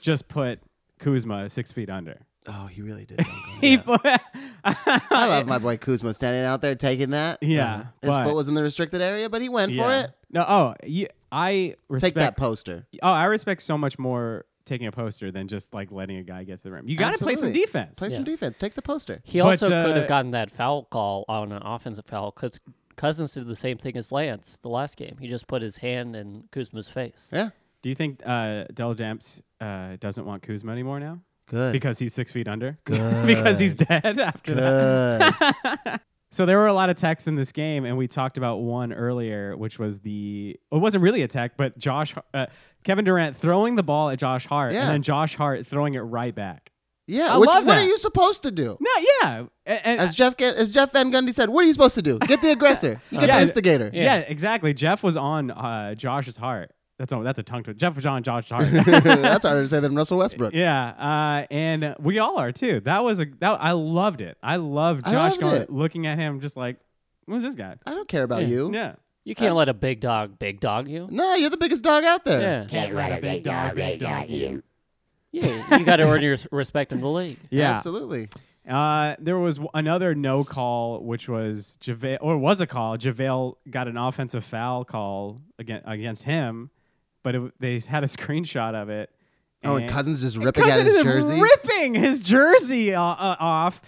S1: just put Kuzma six feet under.
S3: Oh, he really did.
S1: He put,
S3: I love my boy Kuzma standing out there taking that.
S1: Yeah,
S3: Uh, his
S1: but-
S3: foot was in the restricted area, but he went for
S1: Yeah.
S3: it.
S1: No, oh, you, I respect.
S3: Take that poster.
S1: Oh, I respect so much more taking a poster than just like letting a guy get to the rim. You got to play some
S3: Absolutely.
S1: defense.
S3: Play some defense. Take the poster.
S2: He
S1: But,
S2: also could
S1: uh,
S2: have gotten that foul call on an offensive foul because Cousins did the same thing as Lance the last game. He just put his hand in Kuzma's face.
S3: Yeah.
S1: Do you think uh, Dell Demps uh, doesn't want Kuzma anymore now?
S3: Good.
S1: Because he's six feet under. because he's dead after that.
S3: Good.
S1: So there were a lot of texts in this game, and we talked about one earlier, which was the it wasn't really a tech, but Josh uh, Kevin Durant throwing the ball at Josh Hart,
S3: Yeah.
S1: and then Josh Hart throwing it right back.
S3: yeah.
S1: I
S3: which-
S1: love
S3: what are
S1: that.
S3: you supposed to do?
S1: No, yeah, A- and-
S3: As Jeff Ga- as Jeff Van Gundy said, what are you supposed to do? Get the aggressor. You get
S1: Yeah.
S3: the instigator.
S1: yeah. exactly. Jeff was on uh, Josh's heart. That's a, that's a tongue twister. Jeff was on Josh's heart.
S3: That's harder to say than Russell Westbrook.
S1: yeah, uh, and uh, we all are too. That was a that I loved it. I loved
S3: I
S1: Josh
S3: loved
S1: going
S3: it.
S1: looking at him just like, who's this guy?
S3: I don't care about
S2: Yeah.
S3: you.
S1: Yeah,
S2: You
S3: Uh,
S2: can't let a big dog big dog you.
S3: No, you're the biggest dog out there.
S2: Yeah,
S4: Can't let a big dog, big dog you.
S2: yeah. You got to earn your s- respect in the league.
S1: yeah.
S3: Absolutely.
S1: Uh, there was w- another no call, which was JaVale, or was a call. JaVale got an offensive foul call against, against him, but it, w- they had a screenshot of it.
S3: Oh, and Cousins just ripping
S1: Cousins
S3: at his
S1: is
S3: jersey.
S1: ripping his jersey o- uh, off,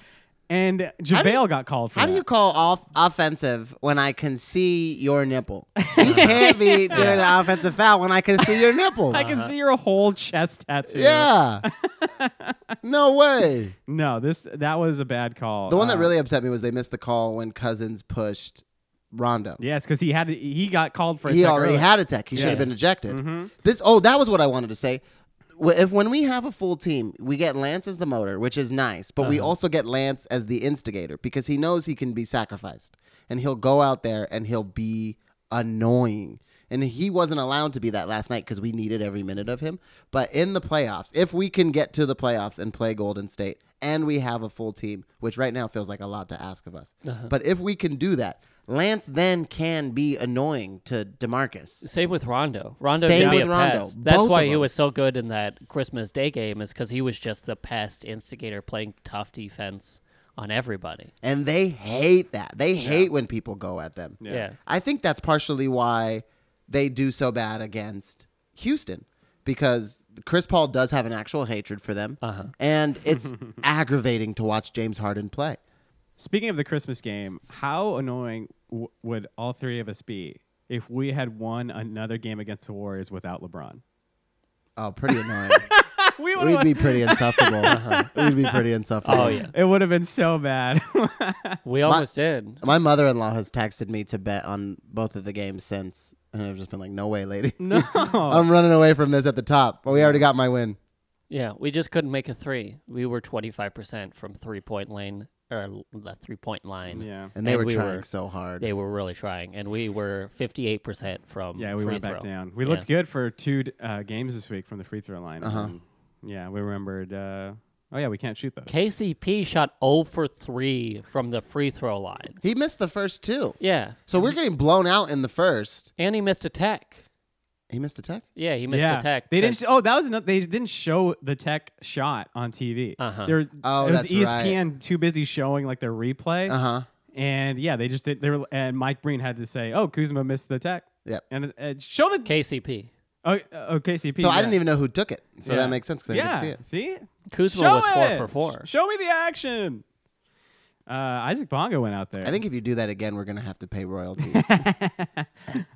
S1: and JaVale got called for
S3: How
S1: that.
S3: do you call off offensive when I can see your nipple? You can't be doing an offensive foul when I can see your nipple.
S1: I can see your whole chest tattoo.
S3: Uh-huh. Yeah. no way.
S1: No, this that was a bad call.
S3: The one that
S1: Uh,
S3: really upset me was they missed the call when Cousins pushed Rondo.
S1: Yes, because he had he got called for. a
S3: He
S1: tech
S3: already
S1: early.
S3: had a tech. He should
S2: Yeah.
S3: have been ejected.
S1: Mhm.
S3: This oh, that was what I wanted to say. Wh- If when we have a full team, we get Lance as the motor, which is nice, but
S1: Uh-huh.
S3: we also get Lance as the instigator because he knows he can be sacrificed, and he'll go out there and he'll be annoying. And he wasn't allowed to be that last night because we needed every minute of him. But in the playoffs, if we can get to the playoffs and play Golden State, and we have a full team, which right now feels like a lot to ask of us,
S1: Uh-huh.
S3: but if we can do that, Lance then can be annoying to Demarcus.
S2: Same with Rondo. Rondo
S3: Same
S2: could be
S3: with
S2: a
S3: Rondo.
S2: pest. That's
S3: Both
S2: why
S3: of
S2: he
S3: them.
S2: was so good in that Christmas Day game is because he was just the pest instigator playing tough defense on everybody.
S3: And they hate that. They hate when people go at them.
S2: Yeah.
S3: I think that's partially why they do so bad against Houston because Chris Paul does have an actual hatred for them.
S2: Uh-huh.
S3: And it's aggravating to watch James Harden play.
S1: Speaking of the Christmas game, how annoying w- would all three of us be if we had won another game against the Warriors without LeBron?
S3: Oh, pretty annoying.
S1: we would
S3: We'd
S1: have.
S3: be pretty insufferable. We'd be pretty insufferable.
S2: Uh-huh. Oh yeah,
S1: It would have been so bad.
S2: we almost did.
S3: My mother-in-law has texted me to bet on both of the games since, and I've just been like, "No way, lady.
S1: no.
S3: I'm running away from this at the top. But we already got my win."
S2: Yeah, we just couldn't make a three. We were twenty five percent from three point lane or l- the three point line.
S1: yeah.
S3: And they
S2: And
S3: were
S2: we
S3: trying
S2: were-
S3: so hard.
S2: They were really trying, and we were fifty eight percent from
S1: Yeah, we
S2: free
S1: went back
S2: throw.
S1: down. We
S2: Yeah.
S1: looked good for two d- uh, games this week from the free throw line.
S3: Uh-huh.
S1: Um, yeah, we remembered. Uh, oh yeah, we can't shoot those.
S2: KCP shot zero for three from the free throw line.
S3: he missed the first two,
S2: Yeah,
S3: so we're getting blown out in the first.
S2: and he missed a tech.
S3: He missed a tech.
S2: Yeah, he missed
S1: yeah.
S2: a tech.
S1: They didn't. Sh- oh, that was another, they didn't show the tech shot on TV.
S2: Uh-huh.
S1: They're,
S3: Oh,
S1: it was E
S3: that's right.
S1: ESPN too busy showing like their replay,
S3: Uh
S2: Uh-huh.
S3: huh.
S1: and yeah, they just did. They were, and Mike Breen had to say, "Oh, Kuzma missed the tech."
S3: Yep.
S1: And it, it- show the
S2: KCP.
S1: oh, oh KCP.
S3: So
S1: yeah.
S3: I didn't even know who took it. So
S1: Yeah.
S3: that makes sense because I
S1: yeah.
S3: didn't see it.
S1: see
S2: Kuzma
S1: Show
S2: was four
S1: it!
S2: for four.
S1: Sh- Show me the action. Uh, Isaac Bonga went out there.
S3: I think if you do that again, we're gonna have to pay royalties.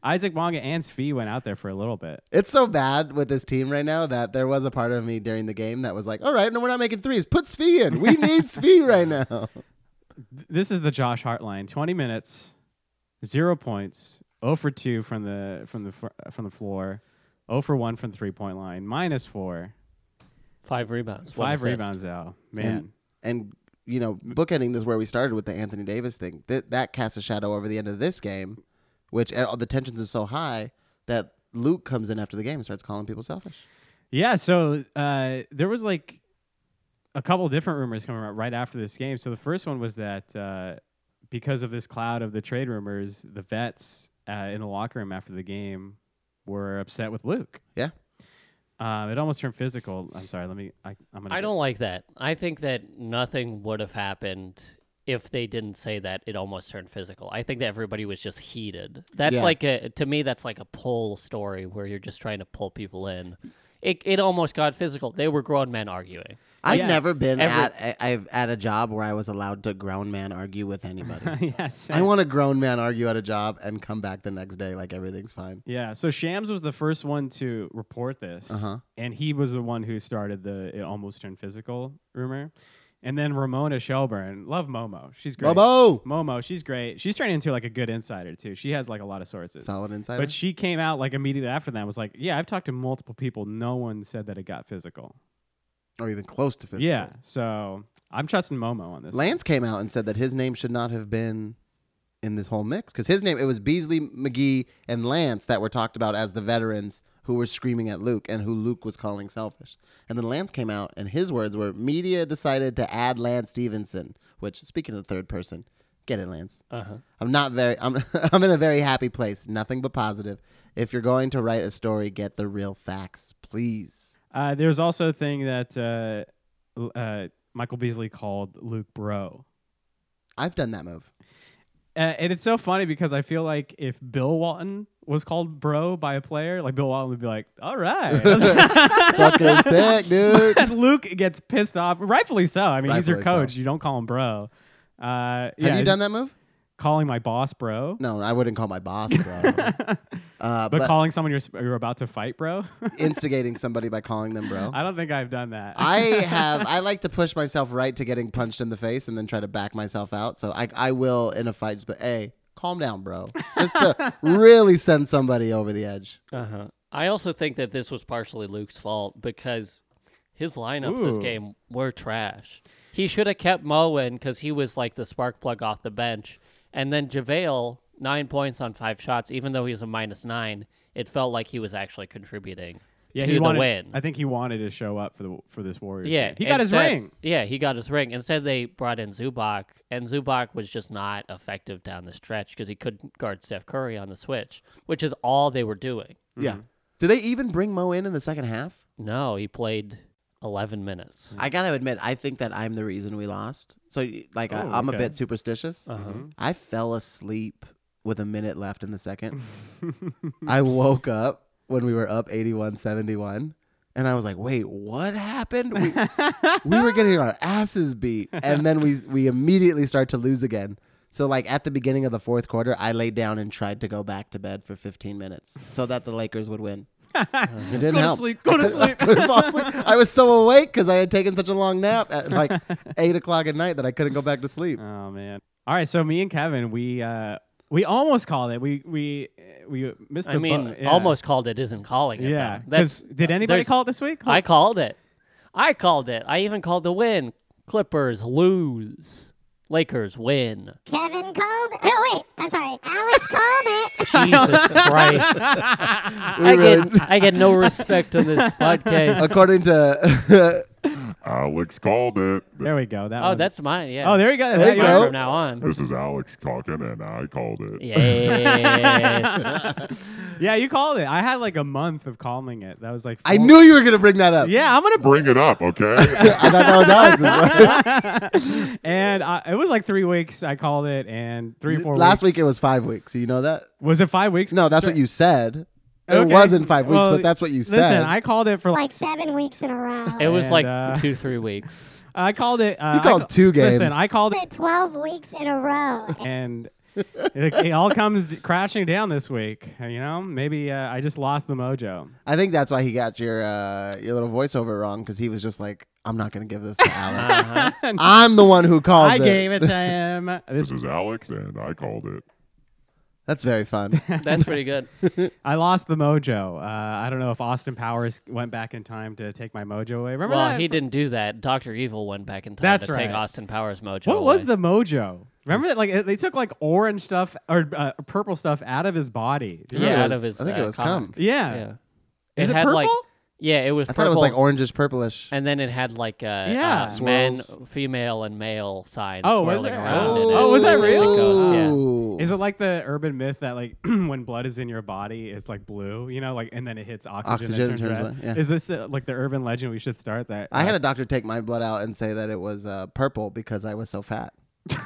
S1: Isaac Bonga and Svi went out there for a little bit.
S3: it's so bad with this team right now that there was a part of me during the game that was like, "All right, no, we're not making threes. Put Svi in. We need Svi right now."
S1: Th- This is the Josh Hart line: twenty minutes, zero points, zero for two from the from the fr- uh, from the floor, zero for one from the three point line, minus four,
S2: Five rebounds. one
S1: five
S2: assist.
S1: rebounds out. Man,
S3: And- and you know, bookending this where we started with the Anthony Davis thing, that that casts a shadow over the end of this game, which uh, the tensions are so high that Luke comes in after the game and starts calling people selfish.
S1: yeah. So uh, there was like a couple different rumors coming out right after this game. So the first one was that uh, because of this cloud of the trade rumors, the vets uh, in the locker room after the game were upset with Luke.
S3: Yeah.
S1: Um, it almost turned physical. I'm sorry. Let me. I, I'm gonna.
S2: I don't like that. I think that nothing would have happened if they didn't say that it almost turned physical. I think that everybody was just heated. That's
S3: Yeah.
S2: like a to me that's like a pull story where you're just trying to pull people in. It it almost got physical. They were grown men arguing.
S3: I've
S1: yeah.
S3: never been
S2: Every-
S3: at I- I've at a job where I was allowed to grown man argue with anybody.
S1: yes.
S3: I want a grown man argue at a job and come back the next day like everything's fine.
S1: yeah. So Shams was the first one to report this,
S3: Uh-huh.
S1: and he was the one who started the "it almost turned physical" rumor. And then Ramona Shelburne, love Momo. She's great.
S3: Bobo,
S1: Momo, she's great. She's turning into like a good insider too. She has like a lot of sources.
S3: solid insider.
S1: But she came out like immediately after that and was like, "Yeah, I've talked to multiple people. No one said that it got physical."
S3: or even close to physical.
S1: Yeah. So I'm trusting Momo on this.
S3: Lance came out and said that his name should not have been in this whole mix because his name it was Beasley, McGee, and Lance that were talked about as the veterans who were screaming at Luke and who Luke was calling selfish. And then Lance came out and his words were media decided to add Lance Stevenson, which speaking of the third person, get it Lance.
S2: Uh-huh.
S3: I'm not very I'm I'm in a very happy place, nothing but positive. If you're going to write a story, get the real facts, please.
S1: Uh, there's also a thing that uh, l- uh, Michael Beasley called Luke Bro.
S3: I've done that move.
S1: Uh, and it's so funny because I feel like if Bill Walton was called Bro by a player, like Bill Walton would be like, all right.
S3: Fucking sick, dude.
S1: and Luke gets pissed off, rightfully so. I mean, he's your
S3: Rightfully so.
S1: coach. You don't call him Bro. Uh,
S3: Have
S1: yeah,
S3: you done that move?
S1: calling my boss Bro?
S3: No, I wouldn't call my boss, bro. uh,
S1: But,
S3: but
S1: calling someone you're, s- you're about to fight, bro?
S3: instigating somebody by calling them bro.
S1: I don't think I've done that.
S3: I have. I like to push myself right to getting punched in the face and then try to back myself out. So I, I will in a fight. Just, but hey, calm down, bro. Just to really send somebody over the edge.
S2: Uh-huh. I also think that this was partially Luke's fault because his lineups this
S1: Ooh.
S2: game were trash. He should have kept Mo in because he was like the spark plug off the bench. And then JaVale, nine points on five shots, even though he was a minus nine, it felt like he was actually contributing
S1: yeah,
S2: to
S1: he
S2: the
S1: wanted,
S2: win.
S1: I think he wanted to show up for the for this Warriors.
S2: yeah.
S1: game. he got his
S2: instead-
S1: ring.
S2: Yeah, he got his ring. Instead, they brought in Zubac, and Zubac was just not effective down the stretch because he couldn't guard Steph Curry on the switch, which is all they were doing.
S1: Mm-hmm.
S3: Yeah. Do they even bring Mo in in the second half?
S2: No, he played 11 minutes.
S3: I gotta admit, I think that I'm the reason we lost. So like,
S1: Oh,
S3: I, I'm
S1: okay.
S3: a bit superstitious.
S2: Uh-huh.
S3: I fell asleep with a minute left in the second. I woke up when we were up 81 71 And I was like, wait, what happened? We, we were getting our asses beat. And then we, we immediately start to lose again. So, like, at the beginning of the fourth quarter, I laid down and tried to go back to bed for 15 minutes so that the Lakers would win. Uh, It didn't
S1: Go to
S3: help.
S1: sleep, go to
S3: I couldn't- I
S1: sleep.
S3: couldn't fall asleep. I was so awake because I had taken such a long nap at like 8 o'clock at night that I couldn't go back to sleep.
S1: Oh man. All right, so me and Kevin, we uh we almost called it. We we we missed the
S2: I mean,
S1: boat. Yeah.
S2: almost called it. Isn't calling it.
S1: Yeah.
S2: though.
S1: Cuz did anybody
S2: there's-
S1: call it this week?
S2: I called it. I called it. I even called the win. Clippers lose. Lakers win.
S4: Kevin called. Oh wait, I'm sorry. Alex called it.
S2: Jesus Christ. I get I get no respect on this podcast.
S3: According to
S5: Alex called it.
S1: there we go. That
S2: oh,
S1: was-
S2: that's mine. Yeah.
S1: Oh, there we go.
S3: There
S1: That-
S3: you
S2: Mine
S3: go.
S2: From now on.
S5: This is Alex talking, and I called it.
S2: Yes.
S1: Yeah, you called it. I had like a month of calling it. That was like
S3: I
S1: four-
S3: knew you were going to bring that up.
S1: Yeah, I'm going to
S5: Bring it up, okay?
S3: I thought that was Alex's one.
S1: and I, it was like three weeks. I called it, and three four.
S3: Last
S1: weeks.
S3: week it was five weeks. You know that?
S1: Was it five weeks?
S3: No, that's what
S1: Sure.
S3: you said. It
S1: Okay.
S3: wasn't five weeks,
S1: Well,
S3: but that's what you
S1: Listen,
S3: said.
S1: I called it for like
S4: Like seven weeks in a row.
S2: it was
S1: And,
S2: like
S1: uh,
S2: two, three weeks.
S1: I called it. Uh,
S3: You
S1: I
S3: called
S1: ca-
S3: two games.
S1: Listen, I called it,
S4: Twelve weeks in a row.
S1: and it, it all comes d- crashing down this week. And, You know, maybe uh, I just lost the mojo.
S3: I think that's why he got your uh, your little voiceover wrong because he was just like, "I'm not gonna give this to Alex.
S2: Uh-huh.
S3: I'm the one who called
S1: I
S3: it."
S1: gave it to him.
S5: this
S1: This-
S5: is Alex, and I called it.
S3: That's very fun.
S2: That's pretty good.
S1: I lost the mojo. Uh, I don't know if Austin Powers went back in time to take my mojo away. Remember
S2: well,
S1: that?
S2: he didn't do that. Doctor Evil went back in time
S1: That's
S2: to
S1: right.
S2: take Austin Powers mojo.
S1: What was
S2: away.
S1: the mojo? Remember that? Like it- they took like orange stuff or uh, purple stuff out of his body. Do you
S2: yeah
S1: remember?
S2: out of his?
S3: I think it
S2: uh,
S3: was
S2: comic.
S3: cum.
S1: Yeah.
S2: Yeah.
S1: Is it,
S2: had
S1: purple?
S2: like yeah, it was
S3: I
S2: purple.
S3: thought it was like orangish purplish.
S2: and then it had like uh,
S1: Yeah.
S2: uh, man,
S3: Swirls. femple
S2: female, and male signs
S1: Oh, was
S2: swirling
S1: it?
S2: around.
S1: Oh.
S2: and
S1: Oh, was that
S2: it
S1: real?
S2: A ghost, yeah.
S3: Ooh.
S1: is it like the urban myth that like when blood is in your body, it's like blue, you know, like and then it hits oxygen,
S3: Oxygen
S1: and turns,
S3: turns
S1: red?
S3: red, yeah.
S1: Is this uh, like the urban legend we should start that?
S3: I had a
S1: like-
S3: doctor take my blood out and say that it was uh, purple because I was so fat.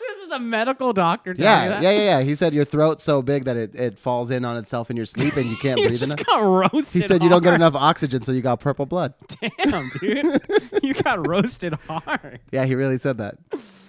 S1: this is a medical doctor. telling you
S3: Yeah,
S1: that?
S3: yeah, yeah, yeah. He said your throat's so big that it, it falls in on itself in your sleep and you can't
S1: You
S3: breathe
S1: just
S3: enough.
S1: got roasted.
S3: He said you don't get
S1: hard.
S3: enough oxygen, so you got purple blood.
S1: Damn, dude, you got roasted hard.
S3: Yeah, he really said that.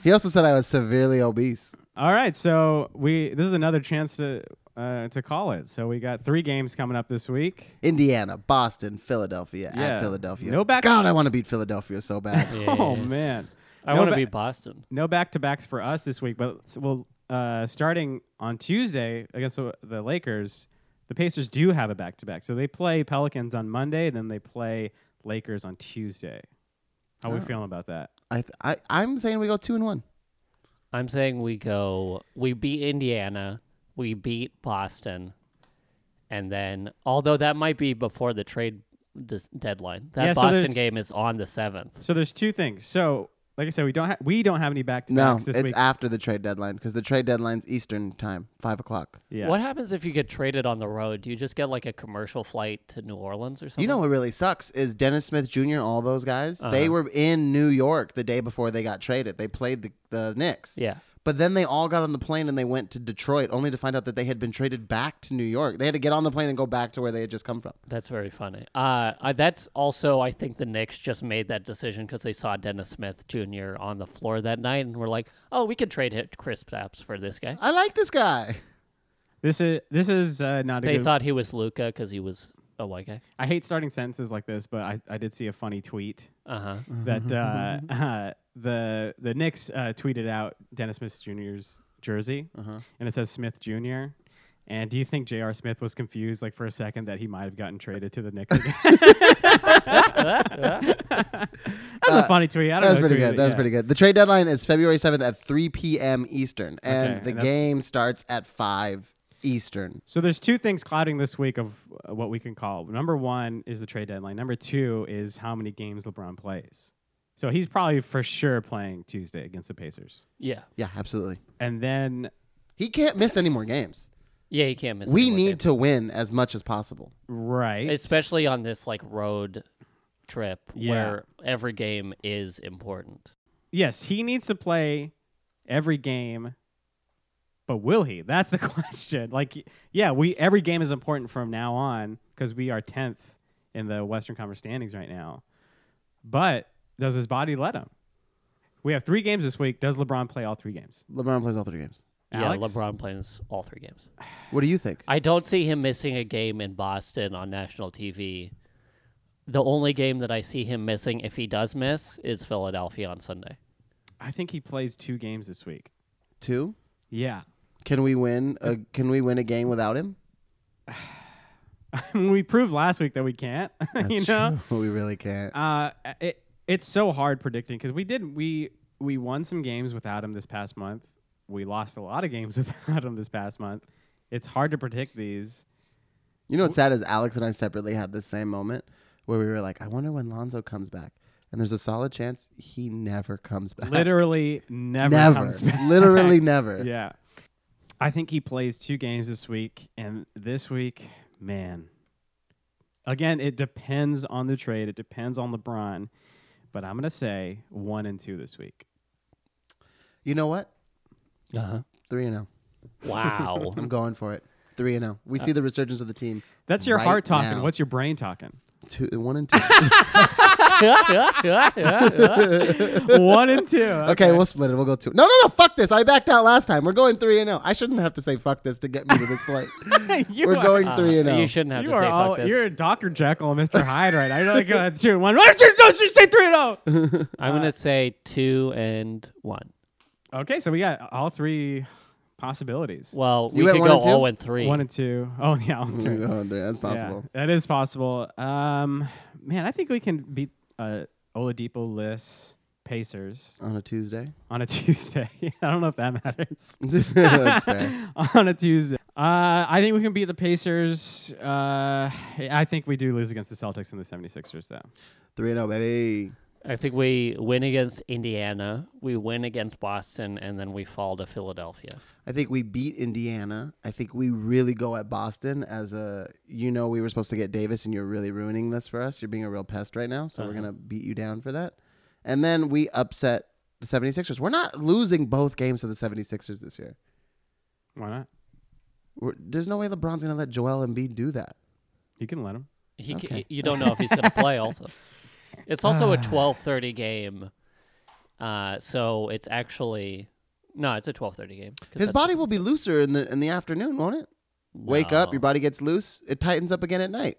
S3: He also said I was severely obese.
S1: All right, so we this is another chance to uh, to call it. So we got three games coming up this week.
S3: Indiana, Boston, Philadelphia,
S1: Yeah.
S3: at Philadelphia.
S1: No back-
S3: God, I want to beat Philadelphia so bad.
S1: Oh
S2: Yes.
S1: man,
S2: I
S1: No
S2: want to
S1: ba-
S2: be Boston.
S1: no back to backs for us this week, but s- well, uh, starting on Tuesday against the, the Lakers, the Pacers do have a back to back. So they play Pelicans on Monday, then they play Lakers on Tuesday. How
S3: Ah.
S1: we feeling about that?
S3: I, I, I'm saying we go two and one.
S2: I'm saying we go. We beat Indiana. We beat Boston, and then although that might be before the trade this deadline, that
S1: Yeah, so
S2: Boston
S1: there's-
S2: game is on the seventh.
S1: So there's two things. So like I said, we don't ha- we don't have any back to
S3: No,
S1: backs
S3: it's
S1: this week.
S3: after the trade deadline because the trade deadline's Eastern time, five o'clock.
S1: yeah.
S2: What happens if you get traded on the road? Do you just get like a commercial flight to New Orleans or something?
S3: You know what really sucks is Dennis Smith Jr. and all those guys.
S1: Uh-huh.
S3: They were in New York the day before they got traded. They played the, the Knicks.
S2: Yeah.
S3: But then they all got on the plane and they went to Detroit only to find out that they had been traded back to New York. They had to get on the plane and go back to where they had just come from.
S2: That's very funny. Uh, I, that's also, I think the Knicks just made that decision because they saw Dennis Smith Jr. on the floor that night and were like, "Oh, we could trade hit Chris Paps for this guy."
S3: I like this guy.
S1: This is this is uh, not a
S2: They
S1: good.
S2: thought he was Luca because he was a white guy.
S1: I hate starting sentences like this, but I, I did see a funny tweet
S2: Uh huh.
S1: that
S3: Mm-hmm,
S1: uh, uh, the the Knicks uh, tweeted out Dennis Smith Jr.'s jersey,
S3: Uh-huh.
S1: and it says Smith Jr. And do you think J.R. Smith was confused, like for a second, that he might have gotten traded to the Knicks? again? That's a funny tweet. I don't
S3: Uh, That's
S1: know. who
S3: pretty
S1: tweeted
S3: good.
S1: it,
S3: That's
S1: yeah.
S3: pretty good. The trade deadline is February 7th at 3 p.m. Eastern, and
S1: Okay,
S3: the
S1: and that's-
S3: game starts at 5 Eastern.
S1: So there's two things clouding this week of uh, what we can call. Number one is the trade deadline. Number two is how many games LeBron plays. So he's probably for sure playing Tuesday against the Pacers,
S2: Yeah.
S3: Yeah, absolutely.
S1: and then
S3: He can't miss any more games.
S2: Yeah, you can't miss.
S3: We
S2: any more
S3: need
S2: games.
S3: to win as much as possible.
S1: right,
S2: especially on this like road trip
S1: Yeah.
S2: where every game is important.
S1: yes, he needs to play every game, but will he? That's the question. Like, yeah, we every game is important from now on because we are tenth in the Western Conference standings right now. But does his body let him? We have three games this week. Does LeBron play all three games?
S3: LeBron plays all three games.
S1: Alex?
S2: Yeah, LeBron plays all three games.
S3: What do you think?
S2: I don't see him missing a game in Boston on national TV. The only game that I see him missing, if he does miss, is Philadelphia on Sunday.
S1: I think he plays two games this week.
S3: Two?
S1: Yeah.
S3: Can we win? A, can we win a game without him?
S1: we proved last week that we can't, you know?
S3: true. we really can't.
S1: Uh, it it's so hard predicting because we did we we won some games without him this past month. We lost a lot of games without him this past month. It's hard to predict these.
S3: You know what's sad is Alex and I separately had the same moment where we were like, I wonder when Lonzo comes back. And there's a solid chance he never comes back.
S1: Literally never,
S3: never.
S1: comes back.
S3: Literally never.
S1: yeah. I think he plays two games this week, and this week, man. Again, it depends on the trade. It depends on LeBron, but I'm gonna say one and two this week.
S3: You know what?
S2: Uh-huh.
S3: Three and zero.
S2: Wow.
S3: I'm going for it. Three and zero.
S2: Uh,
S3: We see the resurgence of the team.
S1: That's your
S3: Right
S1: heart talking.
S3: now.
S1: What's your brain talking?
S3: Two, one and two.
S1: one and two.
S3: okay, we'll split it. We'll go two. No, no, no. Fuck this. I backed out last time. We're going three and zero. I shouldn't have to say fuck this to get me to this point.
S1: You
S3: We're
S1: are-
S3: going three and oh.
S2: Uh,
S3: zero.
S2: You shouldn't have
S1: you
S2: to
S1: are
S2: say
S1: all,
S2: fuck this.
S1: You're a Dr. Jekyll and Mr. Hyde right now. You're like, uh, two and one. No, she say three and oh.
S2: I'm gonna say two and one.
S1: Okay, so we got all three possibilities.
S2: Well,
S3: You
S2: we
S3: went
S2: could
S3: one
S2: go
S3: and two?
S2: oh and three.
S1: One and two. Oh, yeah, all
S3: We're
S1: three.
S3: going three. Mm, That's
S1: Yeah,
S3: possible.
S1: that is possible. Um, man, I think we can beat uh, Oladipo List Pacers
S3: On a Tuesday.
S1: on a Tuesday. I don't know if that matters.
S3: That's fair.
S1: on a Tuesday. Uh, I think we can beat the Pacers. Uh, I think we do lose against the Celtics and the 76ers, though.
S3: Three and zero, baby.
S2: I think we win against Indiana, we win against Boston, and then we fall to Philadelphia.
S3: I think we beat Indiana. I think we really go at Boston as a you know we were supposed to get Davis and you're really ruining this for us. You're being a real pest right now, so
S1: Uh-huh.
S3: we're going to beat you down for that. And then we upset the 76ers. We're not losing both games to the 76ers this year.
S1: Why not?
S3: We're, there's no way LeBron's going to let Joel Embiid do that.
S1: You can let them.
S2: He, c-
S3: Okay.
S2: you don't know if he's going to play. Also, it's also
S1: Ah.
S2: a twelve thirty game, uh, so it's actually no, it's a twelve thirty game. 'cause
S3: His
S2: that's-
S3: body will be looser in the in the afternoon, won't it? Wake up,
S2: No.
S3: your body gets loose. It tightens up again at night.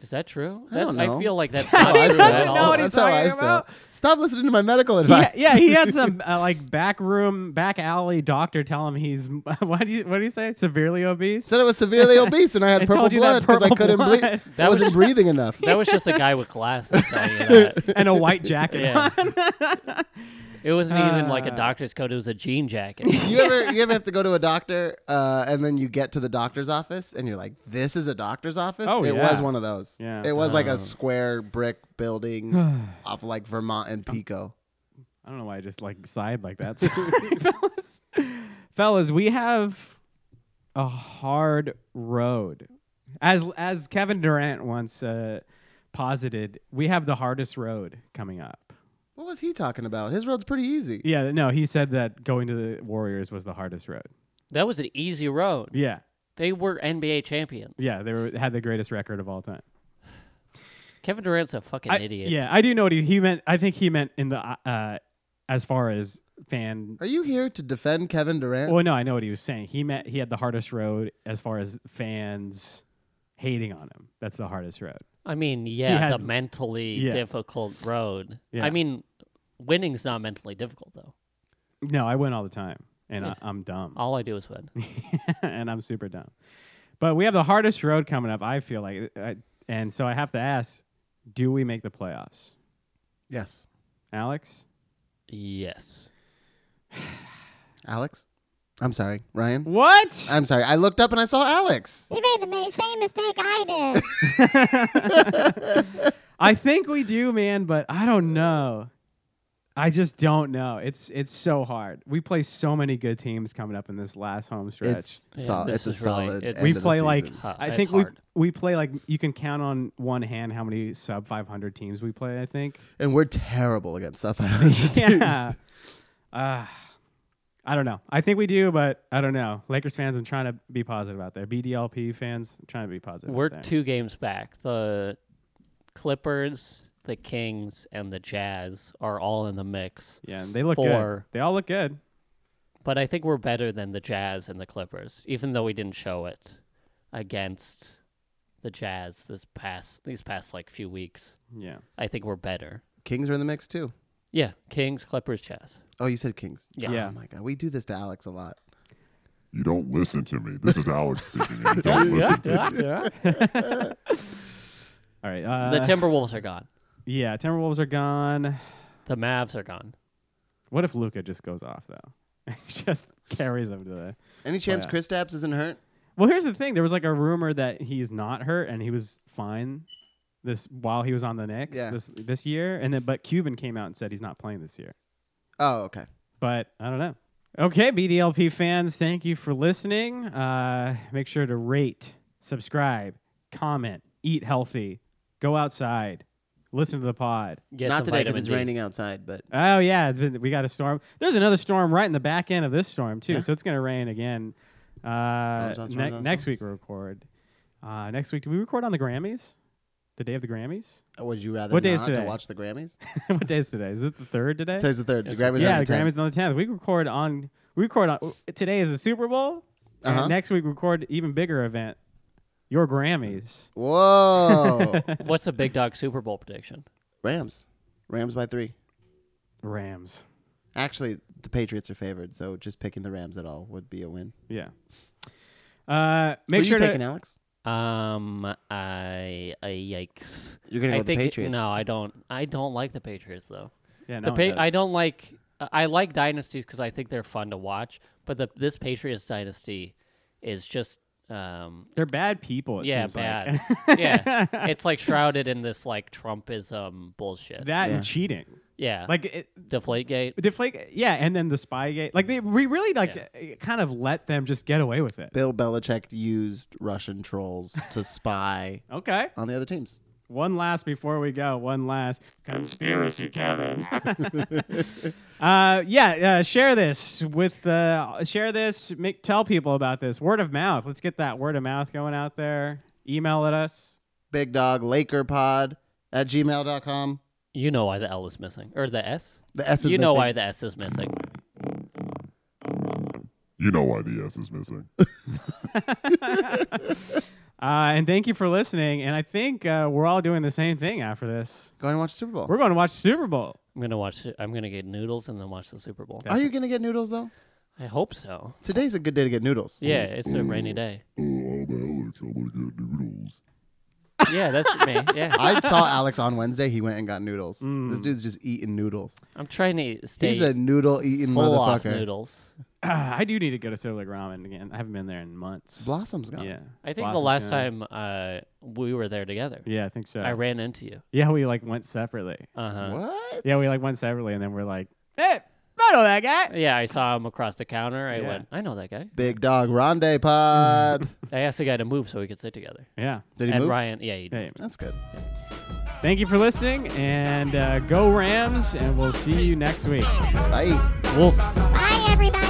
S2: is that true?
S3: I
S2: That's,
S3: don't know.
S2: feel like that's not true
S1: doesn't
S2: at
S1: know
S2: all.
S1: what he's
S3: That's how I
S1: talking
S3: feel.
S1: about.
S3: Stop listening to my medical advice.
S1: yeah, he had some uh, like back room, back alley doctor tell him he's what do you what do you say? Severely obese.
S3: Said I was severely obese and I had
S1: I
S3: purple
S1: told you
S3: blood
S1: that
S3: because I
S1: purple
S3: couldn't
S1: blood.
S3: breathe. I
S2: That was-
S3: wasn't breathing enough.
S2: That was just a guy with glasses telling you that.
S1: and a white jacket.
S2: Yeah. It wasn't even like a
S1: Uh.
S2: doctor's coat; it was a jean jacket.
S3: You ever you ever have to go to a doctor uh, and then you get to the doctor's office and you're like, this is a doctor's office.
S1: Oh,
S3: it
S1: yeah.
S3: was one of those.
S1: Yeah.
S3: It was like a square brick building off like Vermont
S1: Um,
S3: and Pico.
S1: I don't know why I just like sighed like that. Sorry, fellas. Fellas, we have a hard road. As as Kevin Durant once uh, posited, we have the hardest road coming up.
S3: What was he talking about? His road's pretty easy.
S1: Yeah, no, he said that going to the Warriors was the hardest road.
S2: That was an easy road.
S1: Yeah,
S2: They were NBA champions.
S1: yeah, they were, had the greatest record of all time.
S2: Kevin Durant's a fucking
S1: I-
S2: idiot.
S1: Yeah, I do know what he, he meant. I think he meant in the uh, uh, as far as fan
S3: Are you here to defend Kevin Durant?
S1: Well, no, I know what he was saying. He met he had the hardest road as far as fans hating on him. That's the hardest road.
S2: I mean, yeah,
S1: had-
S2: the mentally
S1: yeah.
S2: difficult road.
S1: Yeah.
S2: I mean, winning's not mentally difficult though.
S1: No, I win all the time, and
S2: Yeah.
S1: I, I'm dumb,
S2: All I do is win.
S1: and I'm super dumb. But we have the hardest road coming up. I feel like, I, and so I have to ask: Do we make the playoffs,
S3: yes.
S1: Alex?
S2: yes.
S3: Alex? I'm sorry. Ryan?
S1: What?
S3: I'm sorry. I looked up and I saw Alex.
S4: You made the ma- same mistake I did.
S1: I think we do, man, but I don't know. I just don't know. It's it's so hard. We play so many good teams coming up in this last home stretch.
S3: It's,
S2: Yeah,
S3: sol-
S2: this
S3: it's a
S2: is really-
S3: solid.
S2: it's-
S3: end
S1: we
S3: of the
S1: play like
S3: season.
S2: Huh,
S1: I
S2: Uh, it's
S1: think we
S2: hard.
S1: we play like you can count on one hand how many sub 500 teams we play. I think.
S3: And we're terrible against stuff. yeah.
S1: Uh, I don't know. I think we do, but I don't know. Lakers fans, I'm trying to be positive out there. BDLP fans, I'm trying to be positive. out
S2: We're
S1: there.
S2: two games back. The Clippers, the Kings, and the Jazz are all in the mix.
S1: Yeah, and they look
S2: Four.
S1: good. They all look good.
S2: But I think we're better than the Jazz and the Clippers, even though we didn't show it against the Jazz this past these past like few weeks.
S1: Yeah.
S2: I think we're better.
S3: Kings are in the mix too.
S2: Yeah, Kings, Clippers, Jazz.
S3: Oh, you said Kings.
S2: Yeah.
S1: Yeah.
S3: Oh my god, we do this to Alex a lot.
S5: You don't listen to me. This is Alex speaking. and You don't listen to me.
S1: All right. Uh,
S2: the Timberwolves are gone.
S1: yeah, Timberwolves are gone.
S2: The Mavs are gone.
S1: What if Luca just goes off though? just carries him to the.
S3: Any chance
S1: yeah.
S3: Chris Stapps isn't hurt?
S1: Well, here's the thing. There was like a rumor that he's not hurt and he was fine this while he was on the Knicks
S3: Yeah.
S1: this this year, and then but Cuban came out and said he's not playing this year.
S3: Oh, okay.
S1: But I don't know. Okay, BDLP fans, thank you for listening. Uh, make sure to rate, subscribe, comment, eat healthy, go outside, listen to the pod.
S2: Get
S3: Not
S2: some
S3: today because
S2: vitamin
S3: it's
S2: D.
S3: raining outside, but
S1: Oh yeah, it's been, we got a storm. There's another storm right in the back end of this storm too, so it's gonna rain again. Uh,
S3: Storms on
S1: ne-
S3: storms on
S1: next
S3: storms.
S1: week we record. Uh, next week, do we record on the Grammys? The day of the Grammys?
S3: would you rather
S1: What day is
S3: not
S1: today?
S3: to watch the Grammys?
S1: what day is today? Is it the third today?
S3: Today's the third. The
S2: It's
S3: Grammys.
S1: yeah, the
S3: are the 10th.
S1: Grammys on the tenth. We record on. We record on. Today is the Super Bowl. and
S3: Uh-huh.
S1: next week, record even bigger event. Your Grammys.
S3: Whoa.
S2: What's a big dog Super Bowl prediction?
S3: Rams. Rams by three.
S1: Rams.
S3: Actually, the Patriots are favored, so just picking the Rams at all would be a win.
S1: Yeah. Uh,
S3: Who
S1: make
S3: are
S1: sure
S3: you taking
S1: to.
S3: Alex.
S2: Um, I, I yikes.
S3: You're gonna go
S2: I
S3: with the
S2: think
S3: Patriots.
S2: no, I don't. I don't like the Patriots though.
S1: Yeah, no
S2: The
S1: one
S2: pa- I
S1: does.
S2: don't like. uh, I like dynasties because I think they're fun to watch. But the this Patriots dynasty is just um
S1: They're bad people. It
S2: yeah
S1: seems
S2: bad.
S1: Like.
S2: yeah, it's like shrouded in this like Trumpism bullshit.
S1: that
S3: Yeah.
S1: and cheating.
S2: yeah, like
S1: Like it,
S2: Deflategate.
S1: deflate. Yeah, and then the Spygate. Like they, we really like uh, kind of let them just get away with it.
S3: Bill Belichick used Russian trolls to spy
S1: Okay.
S3: on the other teams.
S1: One last before we go. One last.
S4: Conspiracy Kevin.
S1: Uh, yeah, uh, share this with uh, share this. Make, tell people about this. Word of mouth. Let's get that word of mouth going out there. Email at us.
S3: Big Dog Laker Pod at gmail.com.
S2: You know why the L is missing or the S?
S3: The S is
S2: you know
S3: missing.
S2: why the S is missing.
S5: You know why the S is missing. Oh,
S1: Uh, and thank you for listening. And I think uh, we're all doing the same thing after this.
S3: Go and watch the Super Bowl.
S1: We're going to watch Super Bowl.
S2: I'm gonna watch. it- I'm gonna get noodles and then watch the Super Bowl.
S3: Are you gonna get noodles though?
S2: I hope so.
S3: Today's a good day to get noodles.
S2: Yeah, it's a rainy day.
S5: Oh, I'm Alex. I'm gonna get noodles.
S2: Yeah, that's me. Yeah,
S3: I saw Alex on Wednesday. He went and got noodles.
S2: Mm.
S3: This dude's just eating noodles.
S2: I'm trying to stay
S3: He's a noodle eating
S2: full off
S3: motherfucker.
S2: noodles.
S1: Ah, I do need to go to Silver Lake Ramen again. I haven't been there in months.
S3: Blossom's gone.
S1: yeah,
S2: I think the
S1: Blossom's
S2: last
S1: gone.
S2: time uh, we were there together,
S1: Yeah, I think so.
S2: I ran into you.
S1: yeah, we like went separately.
S2: Uh huh.
S3: What?
S1: Yeah, we like went separately, and then we're like, hey, I know that guy.
S2: Yeah, I saw him across the counter. I
S1: Yeah.
S2: went, I know that guy.
S3: Big Dog Ronde Pod.
S2: I asked the guy to move so we could sit together.
S1: Yeah.
S3: Did he
S2: and
S3: move?
S2: Ryan, yeah, he,
S1: Hey,
S3: That's good.
S1: thank you for listening, and uh, go Rams, and we'll see you next week.
S3: Bye.
S2: Wolf
S4: Bye, everybody.